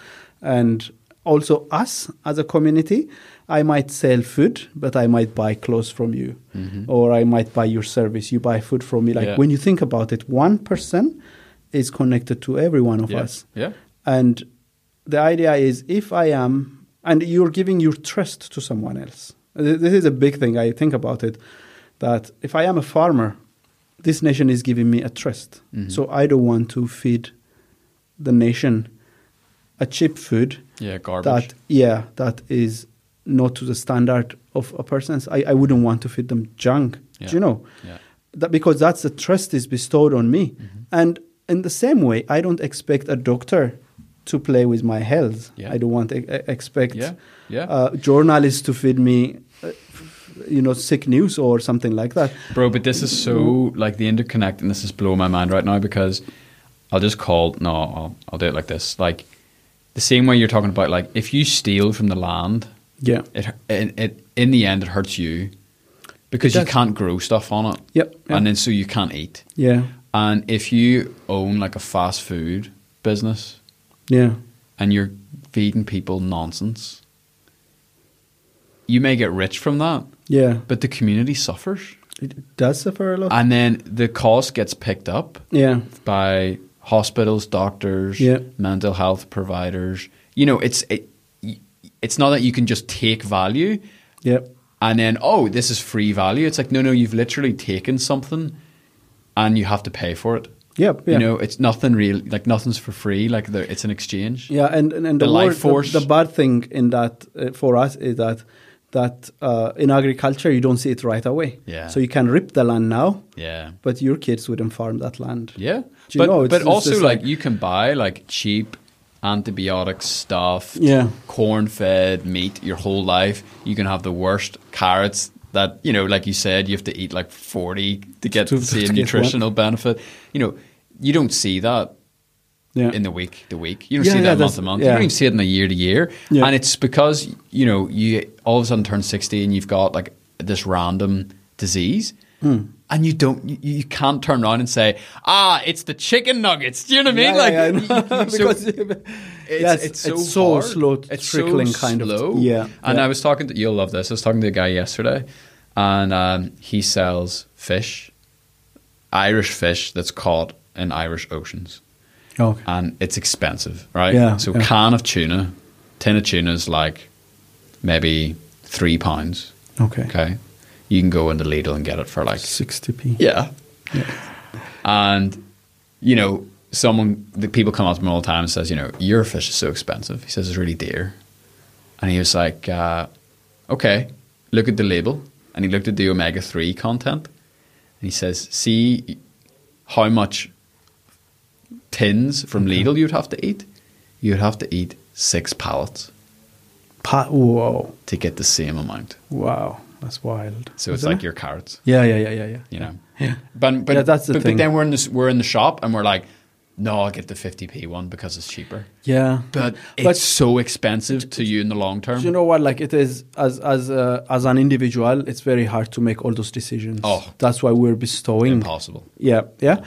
B: and also us as a community i might sell food but i might buy clothes from you
A: Mm-hmm.
B: or i might buy your service you buy food from me like
A: Yeah.
B: when you think about it one person is connected to every one of
A: Yeah.
B: us
A: Yeah.
B: and the idea is if I am, and you're giving your trust to someone else. Th- This is a big thing. I think about it that if I am a farmer, this nation is giving me a trust.
A: Mm-hmm.
B: So I don't want to feed the nation a cheap food
A: Yeah, garbage.
B: that yeah that is not to the standard of a person's i, I wouldn't want to feed them junk
A: Yeah.
B: do you know
A: Yeah.
B: that because that's the trust is bestowed on me
A: Mm-hmm.
B: and in the same way i don't expect a doctor to play with my health
A: Yeah.
B: i don't want e- e- expect
A: Yeah, yeah.
B: Uh, journalists to feed me uh, you know sick news or something like that
A: Bro, but this is so like the interconnectedness is blowing my mind right now because I'll just call no, I'll, I'll do it like this. Like the same way you're talking about like if you steal from the land,
B: yeah
A: it, it, it in the end it hurts you because
B: It
A: you
B: does.
A: can't grow stuff on it.
B: Yep, yeah.
A: And then so you can't eat.
B: yeah
A: And if you own like a fast food business
B: yeah
A: and you're feeding people nonsense, you may get rich from that,
B: yeah
A: but the community suffers.
B: it does suffer a lot
A: And then the cost gets picked up
B: yeah
A: by hospitals, doctors,
B: Yeah.
A: mental health providers. You know, it's it, it's not that you can just take value
B: yeah
A: and then oh, this is free value. It's like no, no, you've literally taken something and you have to pay for it.
B: yeah, yeah.
A: You know, it's nothing real. Like nothing's for free. Like there, it's an exchange.
B: Yeah, and and, and
A: The
B: the,
A: life
B: word-
A: force.
B: The, the bad thing in that uh, for us is that that uh, in agriculture you don't see it right away.
A: Yeah.
B: So you can rip the land now,
A: Yeah.
B: but your kids wouldn't farm that land.
A: Yeah.
B: Do you
A: but
B: know, it's-
A: but
B: it's
A: also
B: just
A: like,
B: like-
A: you can buy like cheap antibiotic stuff,
B: Yeah.
A: corn fed meat your whole life. You can have the worst carrots that you know, like you said, you have to eat like forty to get
B: To-
A: the same
B: to get
A: nutritional benefit. You know, you don't see that
B: Yeah.
A: in the week to week. You don't
B: Yeah,
A: see
B: yeah,
A: that month
B: that's-
A: to month. You
B: yeah.
A: don't even see it in a year to year.
B: Yeah.
A: And it's because, you know, you all of a sudden turn 60 and you've got like this random disease.
B: Hmm.
A: And you don't, you, you can't turn around and say, ah, it's the chicken nuggets. Do you know what I mean?
B: Yeah, yeah, yeah,
A: like,
B: I know.
A: you- you- so
B: Because- yeah, it's, it's so,
A: hard.
B: slow,
A: It's so
B: trickling kind
A: slow.
B: of. Yeah.
A: And
B: yeah.
A: I was talking to, you'll love this. I was talking to a guy yesterday and um, he sells fish, Irish fish that's caught in Irish oceans
B: Okay.
A: and it's expensive, right?
B: Yeah,
A: So
B: yeah.
A: can of tuna, tin of tuna is like maybe three pounds.
B: Okay.
A: Okay, you can go into Lidl and get it for like
B: Sixty p.
A: yeah. And you know, someone the people come up to me all the time and says, you know, your fish is so expensive. He says it's really dear, and he was like, uh, okay, look at the label, and he looked at the omega three content, and he says, see how much tins from Lidl you'd have to eat. You'd have to eat six pallets
B: Pa- whoa!
A: to get the same amount.
B: Wow, that's wild.
A: So it's
B: Isn't
A: like
B: it?
A: your carrots.
B: Yeah, yeah, yeah, yeah, yeah.
A: you know.
B: Yeah.
A: But but
B: Yeah, that's the
A: but,
B: thing.
A: but then we're in this we're in the shop and we're like, no, I'll get the fifty p one because it's cheaper.
B: Yeah.
A: But it's
B: But-
A: so expensive to you in the long term.
B: Do you know what? Like it is as as uh, as an individual, it's very hard to make all those decisions.
A: Oh.
B: that's why we're bestowing.
A: Impossible.
B: Yeah, yeah,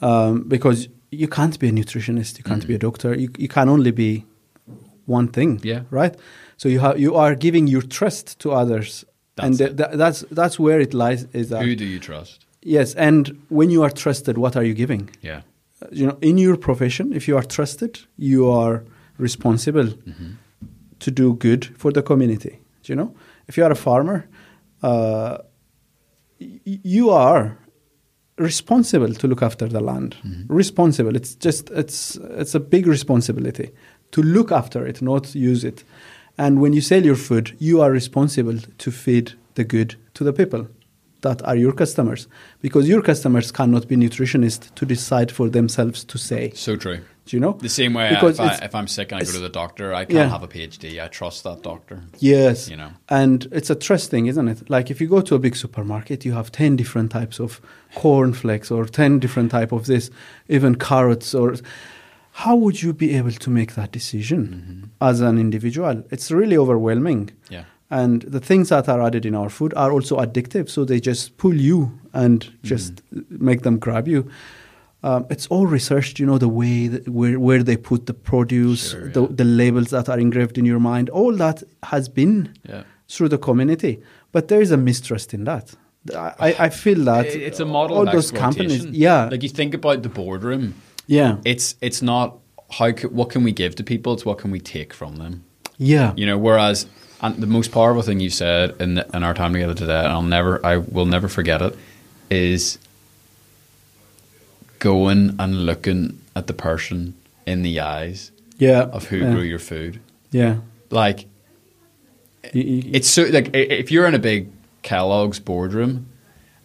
B: um, because you can't be a nutritionist, you can't be a doctor. You you can only be one thing.
A: Yeah.
B: right. So you have you are giving your trust to others, and
A: That's
B: th-
A: it.
B: th- that's that's where it lies. Is that
A: Who do you trust?
B: yes? And when you are trusted, what are you giving?
A: Yeah.
B: you know in your profession if you are trusted you are responsible to do good for the community. Do you know? If you are a farmer, uh, y- you are responsible to look after the land.
A: Mhm.
B: Responsible. It's just it's it's a big responsibility to look after it, not use it. And when you sell your food, you are responsible to feed the good to the people that are your customers, because your customers cannot be nutritionists to decide for themselves to say.
A: So true.
B: Do you know?
A: The same way uh,
B: Because
A: if, I,
B: it's-
A: if I'm sick and I go
B: it's-
A: to the doctor, I can't
B: yeah.
A: have a PhD. I trust that doctor.
B: Yes.
A: You know.
B: And it's a trust thing, isn't it? Like if you go to a big supermarket, you have 10 different types of cornflakes or 10 different type of this, even carrots or how would you be able to make that decision as an individual? It's really overwhelming.
A: Mm-hmm. Yeah.
B: And the things that are added in our food are also addictive, so they just pull you and
A: Mm-hmm.
B: just make them grab you. Um, it's all researched, you know, the way that, where where they put the produce,
A: Sure,
B: the,
A: yeah.
B: the labels that are engraved in your mind. All that has been
A: Yeah.
B: through the community, but there is a mistrust in that. I, I- I feel that
A: It- it's a model
B: All
A: of
B: those companies, yeah,
A: Like you think about the boardroom,
B: yeah,
A: it's it's not how c- what can we give to people, it's what can we take from them.
B: yeah,
A: You know, whereas and the most powerful thing you said in the, in our time together today, and I'll never I will never forget it, is going and looking at the person in the eyes
B: yeah,
A: of who
B: yeah,
A: grew your food.
B: yeah,
A: Like
B: You- you-
A: it's so like i- if you're in a big Kellogg's boardroom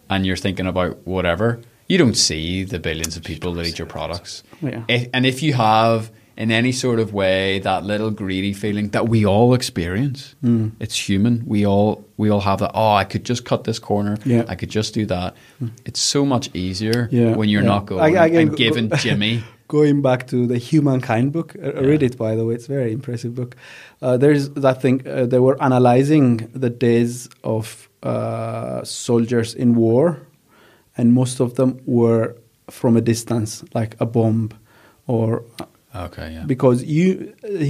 A: and you're thinking about whatever, you don't see the billions of people that eat your products.
B: Oh, Yeah.
A: If, and if you have in any sort of way that little greedy feeling that we all experience,
B: Hmm.
A: it's human. We all we all have that. Oh, I could just cut this corner.
B: Yeah. Hmm.
A: I could just do that. It's so much easier
B: Yeah,
A: when you're
B: yeah.
A: not going
B: I- I can
A: and
B: go-
A: giving Jimmy.
B: going back to the humankind book uh, read it by the way it's a very impressive book uh, there's that thing uh, they were analyzing the days of uh, soldiers in war and most of them were from a distance like a bomb or
A: Okay, yeah,
B: because you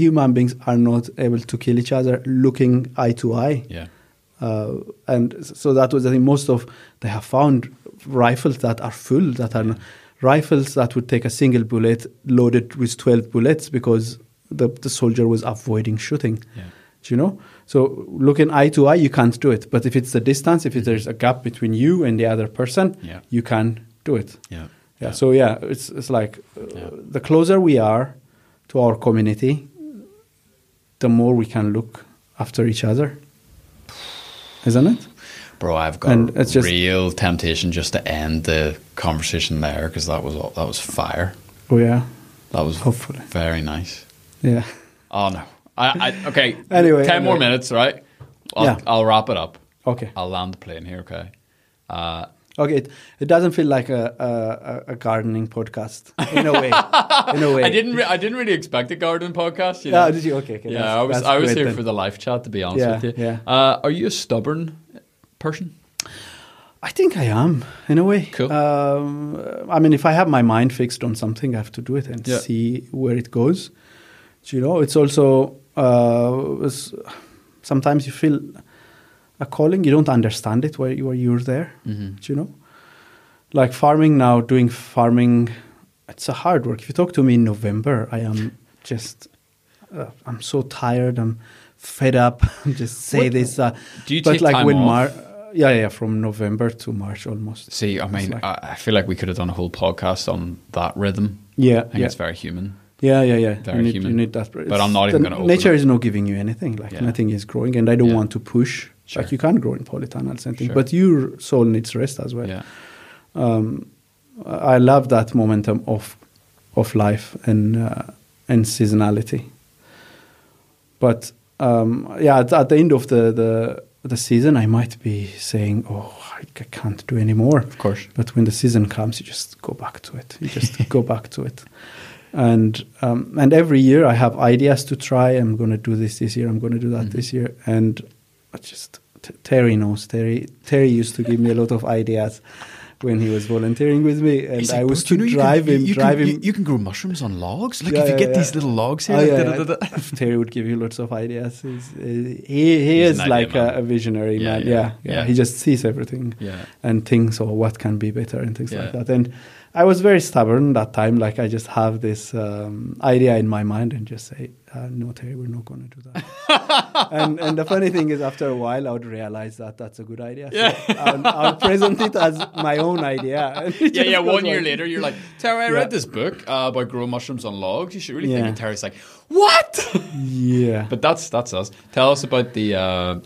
B: human beings are not able to kill each other looking eye to eye
A: yeah,
B: uh, and s- so that was, I think, most of they have found rifles that are full, that are rifles that would take a single bullet loaded with 12 bullets because the, the soldier was avoiding shooting.
A: Yeah.
B: Do you know? So looking eye to eye, you can't do it. But if it's the distance, if there's a gap between you and the other person,
A: Yeah.
B: you can do it.
A: yeah,
B: Yeah. So yeah, it's it's like uh,
A: Yeah.
B: the closer we are to our community, the more we can look after each other, isn't it?
A: Bro, I've got
B: And it's just-
A: real temptation just to end the conversation there because that was all- that was fire.
B: Oh yeah,
A: That was
B: Hopefully.
A: very nice.
B: yeah,
A: Oh no, I, I okay.
B: Anyway,
A: ten more
B: anyway.
A: minutes, right? I'll,
B: Yeah.
A: I'll wrap it up.
B: okay,
A: I'll land the plane here. Okay. Uh,
B: okay. It, it doesn't feel like a, a a- a gardening podcast in a way. In a way,
A: I didn't. Re- I didn't really expect a garden podcast. Ah, You know?
B: Yeah, did you? Okay, okay.
A: Yeah,
B: that's-
A: I was.
B: that's
A: I was
B: great
A: here
B: then.
A: for the live chat. To be honest
B: Yeah,
A: with you.
B: yeah.
A: Uh, are you a stubborn person?
B: I think I am in a way.
A: Cool.
B: Um, I mean, if I have my mind fixed on something, I have to do it and
A: Yeah.
B: see where it goes. Do you know, it's also uh, s- sometimes you feel a calling. You don't understand it while you are you're there.
A: Mhm.
B: Do you know, like farming now, doing farming, it's a hard work. If you talk to me in November, I am just, uh, I'm so tired. I'm fed up. I'm just say
A: What-
B: this. Uh,
A: Do you
B: but
A: take
B: like
A: time
B: when
A: off?
B: Mar- yeah, yeah, from November to March almost.
A: See, I mean,
B: like-
A: I, I feel like we could have done a whole podcast on that rhythm.
B: Yeah,
A: I think
B: yeah.
A: it's very human.
B: yeah, yeah, yeah.
A: very
B: you need,
A: human.
B: You need that.
A: But
B: It's-
A: I'm not even
B: the
A: gonna open
B: Nature
A: it.
B: is not giving you anything. Like
A: Yeah.
B: nothing is growing, and I don't
A: Yeah.
B: want to push.
A: Sure.
B: Like you can't grow in polytunnels and things,
A: Sure.
B: but your soul needs rest as well. Um,
A: Yeah.
B: I I love that momentum of of life and uh, and seasonality. But um, yeah, at, at the end of the, the the season, I might be saying, "Oh, I, I can't do anymore."
A: Of course.
B: But when the season comes, you just go back to it. You just go back to it. And um, and every year I have ideas to try. I'm going to do this this year. I'm going to do
A: Mm-hmm.
B: that this year. And I just T- Terry knows. Terry Terry used to give me a lot of ideas when he was volunteering with me, and
A: He's
B: I
A: like,
B: was
A: "Bro,
B: to
A: do you know
B: drive
A: you can,
B: him,
A: you- you
B: drive
A: can,
B: him.
A: You, you can grow mushrooms on logs. Look,
B: Yeah,
A: if you
B: yeah,
A: get
B: yeah.
A: these little logs here,
B: Oh,
A: like,
B: yeah,
A: da-
B: yeah.
A: da- da- da.
B: Terry would give you lots of ideas. He's, uh, he he
A: He's
B: is
A: an idea
B: like
A: man.
B: a, a visionary
A: Yeah,
B: man.
A: yeah,
B: Yeah, yeah,
A: yeah.
B: He just sees everything
A: Yeah.
B: and thinks, oh, what can be better and things
A: Yeah.
B: like that. And I was very stubborn that time. Like I just have this um, idea in my mind and just say, uh, "No, Terry, we're not going to do that." and and the funny thing is, after a while, I would realize that that's a good idea. So
A: Yeah.
B: I'll, I'll present it as my own idea. And it
A: Yeah,
B: just
A: yeah.
B: goes
A: One year
B: like-
A: later, you're like, Terry, I
B: Yeah.
A: read this book uh, about growing mushrooms on logs. You should really think.
B: Yeah.
A: And Terry's like, what?
B: Yeah.
A: but that's that's us. Tell us about the. Uh,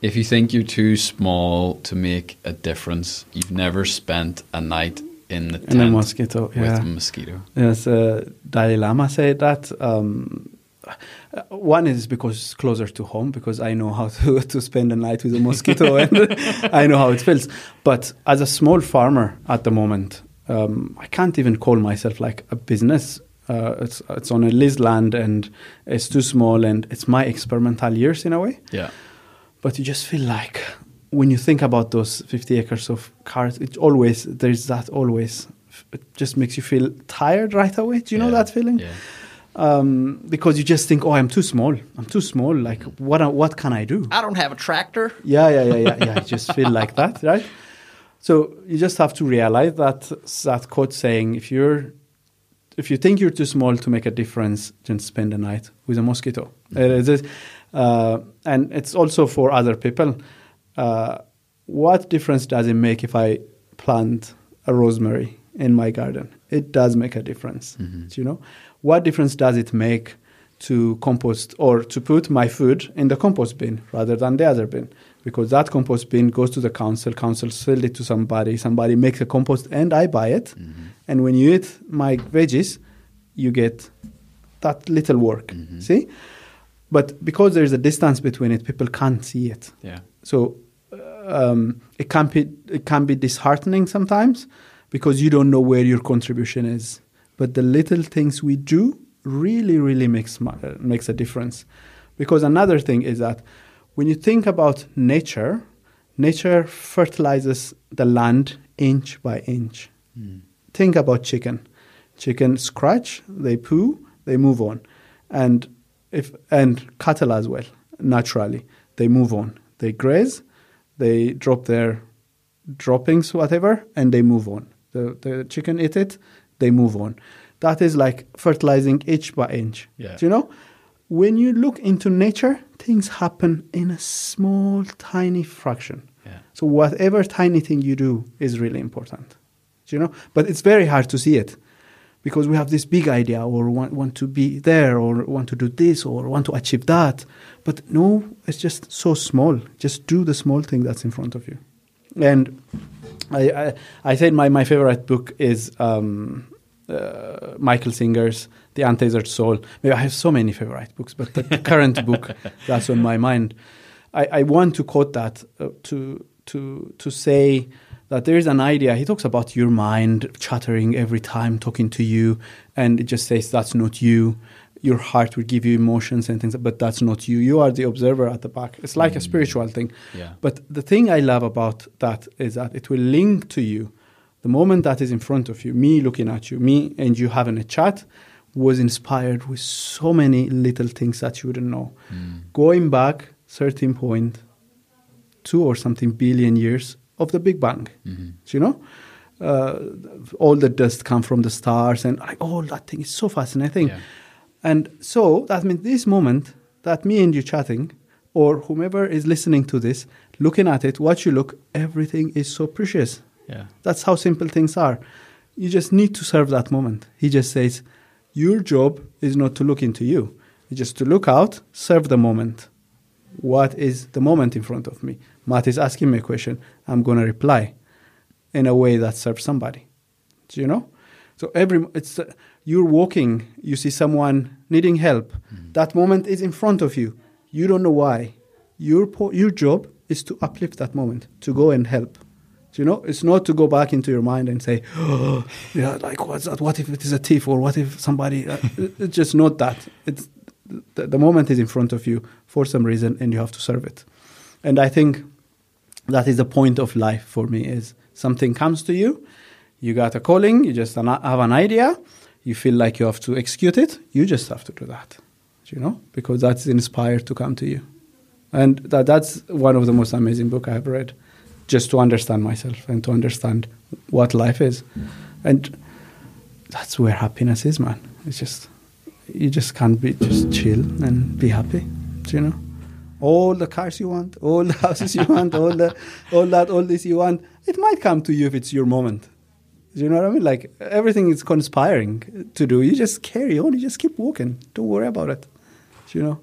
A: if you think you're too small to make a difference, you've never spent a night in the tent
B: and a mosquito.
A: with
B: Yeah.
A: a mosquito.
B: Yes, uh, Dalai Lama said that. Um, uh, one is because it's closer to home, because I know how to, to spend the night with a mosquito and I know how it feels. But as a small farmer at the moment, um, I can't even call myself like a business. Uh, it's, it's on a leased land and it's too small and it's my experimental years in a way
A: Yeah,
B: but you just feel like when you think about those 50 acres of carrots it always there's that always it just makes you feel tired right away do you know
A: Yeah.
B: that feeling
A: Yeah.
B: um, because you just think oh i'm too small i'm too small like what what can i do
A: I don't have a tractor.
B: yeah, yeah, yeah, yeah, yeah. You just feel like that, right? So you just have to realize that that quote saying, if you're, if you think you're too small to make a difference, then spend the night with a mosquito.
A: Mm-hmm.
B: It is it. Uh, and it's also for other people. Uh, what difference does it make if I plant a rosemary in my garden? It does make a difference.
A: Mm-hmm.
B: Do you know? What difference does it make to compost or to put my food in the compost bin rather than the other bin because that compost bin goes to the council council sells it to somebody somebody makes a compost and i buy it
A: Mm. Mm-hmm.
B: and when you eat my veggies you get that little work see but because there's a distance between it people can't see it
A: Yeah,
B: so um, it can be it can be disheartening sometimes because you don't know where your contribution is. But the little things we do really, really makes mu- uh, makes a difference. Because another thing is that when you think about nature, nature fertilizes the land inch by inch. Think about chicken. Chicken scratch, they poo, they move on, and if and cattle as well naturally they move on they graze they drop their droppings whatever and they move on the, the chicken eat it they move on that is like fertilizing inch by inch
A: Yeah.
B: do you know when you look into nature things happen in a small tiny fraction
A: Yeah.
B: so whatever tiny thing you do is really important do you know but it's very hard to see it because we have this big idea or want, want to be there or want to do this or want to achieve that but no it's just so small just do the small thing that's in front of you and i i, I said my, my favorite book is um, uh, michael singer's the untethered soul Maybe i have so many favorite books but the, the current book that's on my mind i, I want to quote that uh, to to to say that there is an idea. He talks about your mind chattering every time talking to you, and it just says that's not you. Your heart will give you emotions and things, but that's not you. You are the observer at the back. It's like a spiritual thing.
A: Yeah.
B: But the thing I love about that is that it will link to you. The moment that is in front of you, me looking at you, me and you having a chat, was inspired with so many little things that you wouldn't know. Going back, 13 point, two or something billion years of the Big Bang. Do You know, uh, all the dust come from the stars, and like all that thing is so fascinating.
A: Yeah.
B: And so that means this moment that me and you chatting, or whomever is listening to this, looking at it, what you look, everything is so precious.
A: yeah,
B: That's how simple things are. You just need to serve that moment. He just says, Your job is not to look into you, it's just to look out, serve the moment. What is the moment in front of me? Matt is asking me a question. I'm going to reply in a way that serves somebody. Do you know? So every it's uh, you're walking, you see someone needing help. That moment is in front of you. You don't know why. Your po- your job is to uplift that moment, to go and help. Do you know? It's not to go back into your mind and say, oh, yeah, like what's that? What if it is a thief or what if somebody? Uh, it- it's just not that. It's the, the moment is in front of you for some reason, and you have to serve it. And I think that is the point of life for me is something comes to you you got a calling you just an, have an idea you feel like you have to execute it you just have to do that you know because that's inspired to come to you and that, that's one of the most amazing book i have read just to understand myself and to understand what life is and that's where happiness is, man. It's just you just can't be just chill and be happy, you know. All the cars you want, all the houses you want, all the all that, all this you want, it might come to you if it's your moment. Do you know what I mean? Like everything is conspiring to do. You just carry on. You just keep walking. Don't worry about it. Do you know.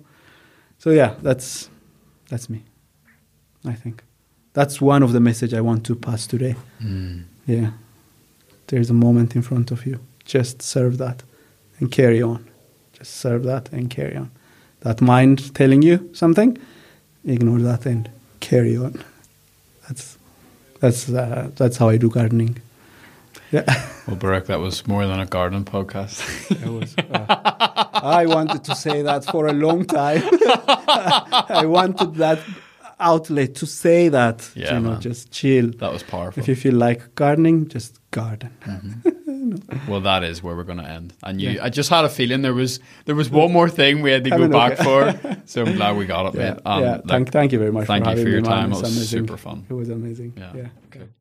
B: So yeah, that's that's me. I think that's one of the message I want to pass today. Mm. Yeah, there's a moment in front of you. Just serve that and carry on. Just serve that and carry on. That mind telling you something, ignore that and carry on. That's that's uh, that's how I do gardening.
A: Yeah. Well, Barack, that was more than a garden podcast. it was.
B: Uh, I wanted to say that for a long time. I wanted that outlet to say that. Yeah, you know, man. just chill.
A: That was powerful.
B: If you feel like gardening, just garden. Mm-hmm.
A: no. Well, that is where we're going to end. And you, yeah. I just had a feeling there was there was one more thing we had to I go mean, back okay. for. So I'm glad we got it,
B: yeah,
A: um,
B: yeah. Like, thank, thank you very much.
A: Thank
B: for
A: you for your
B: me,
A: time. It was amazing. super fun.
B: It was amazing.
A: Yeah.
B: yeah.
A: Okay.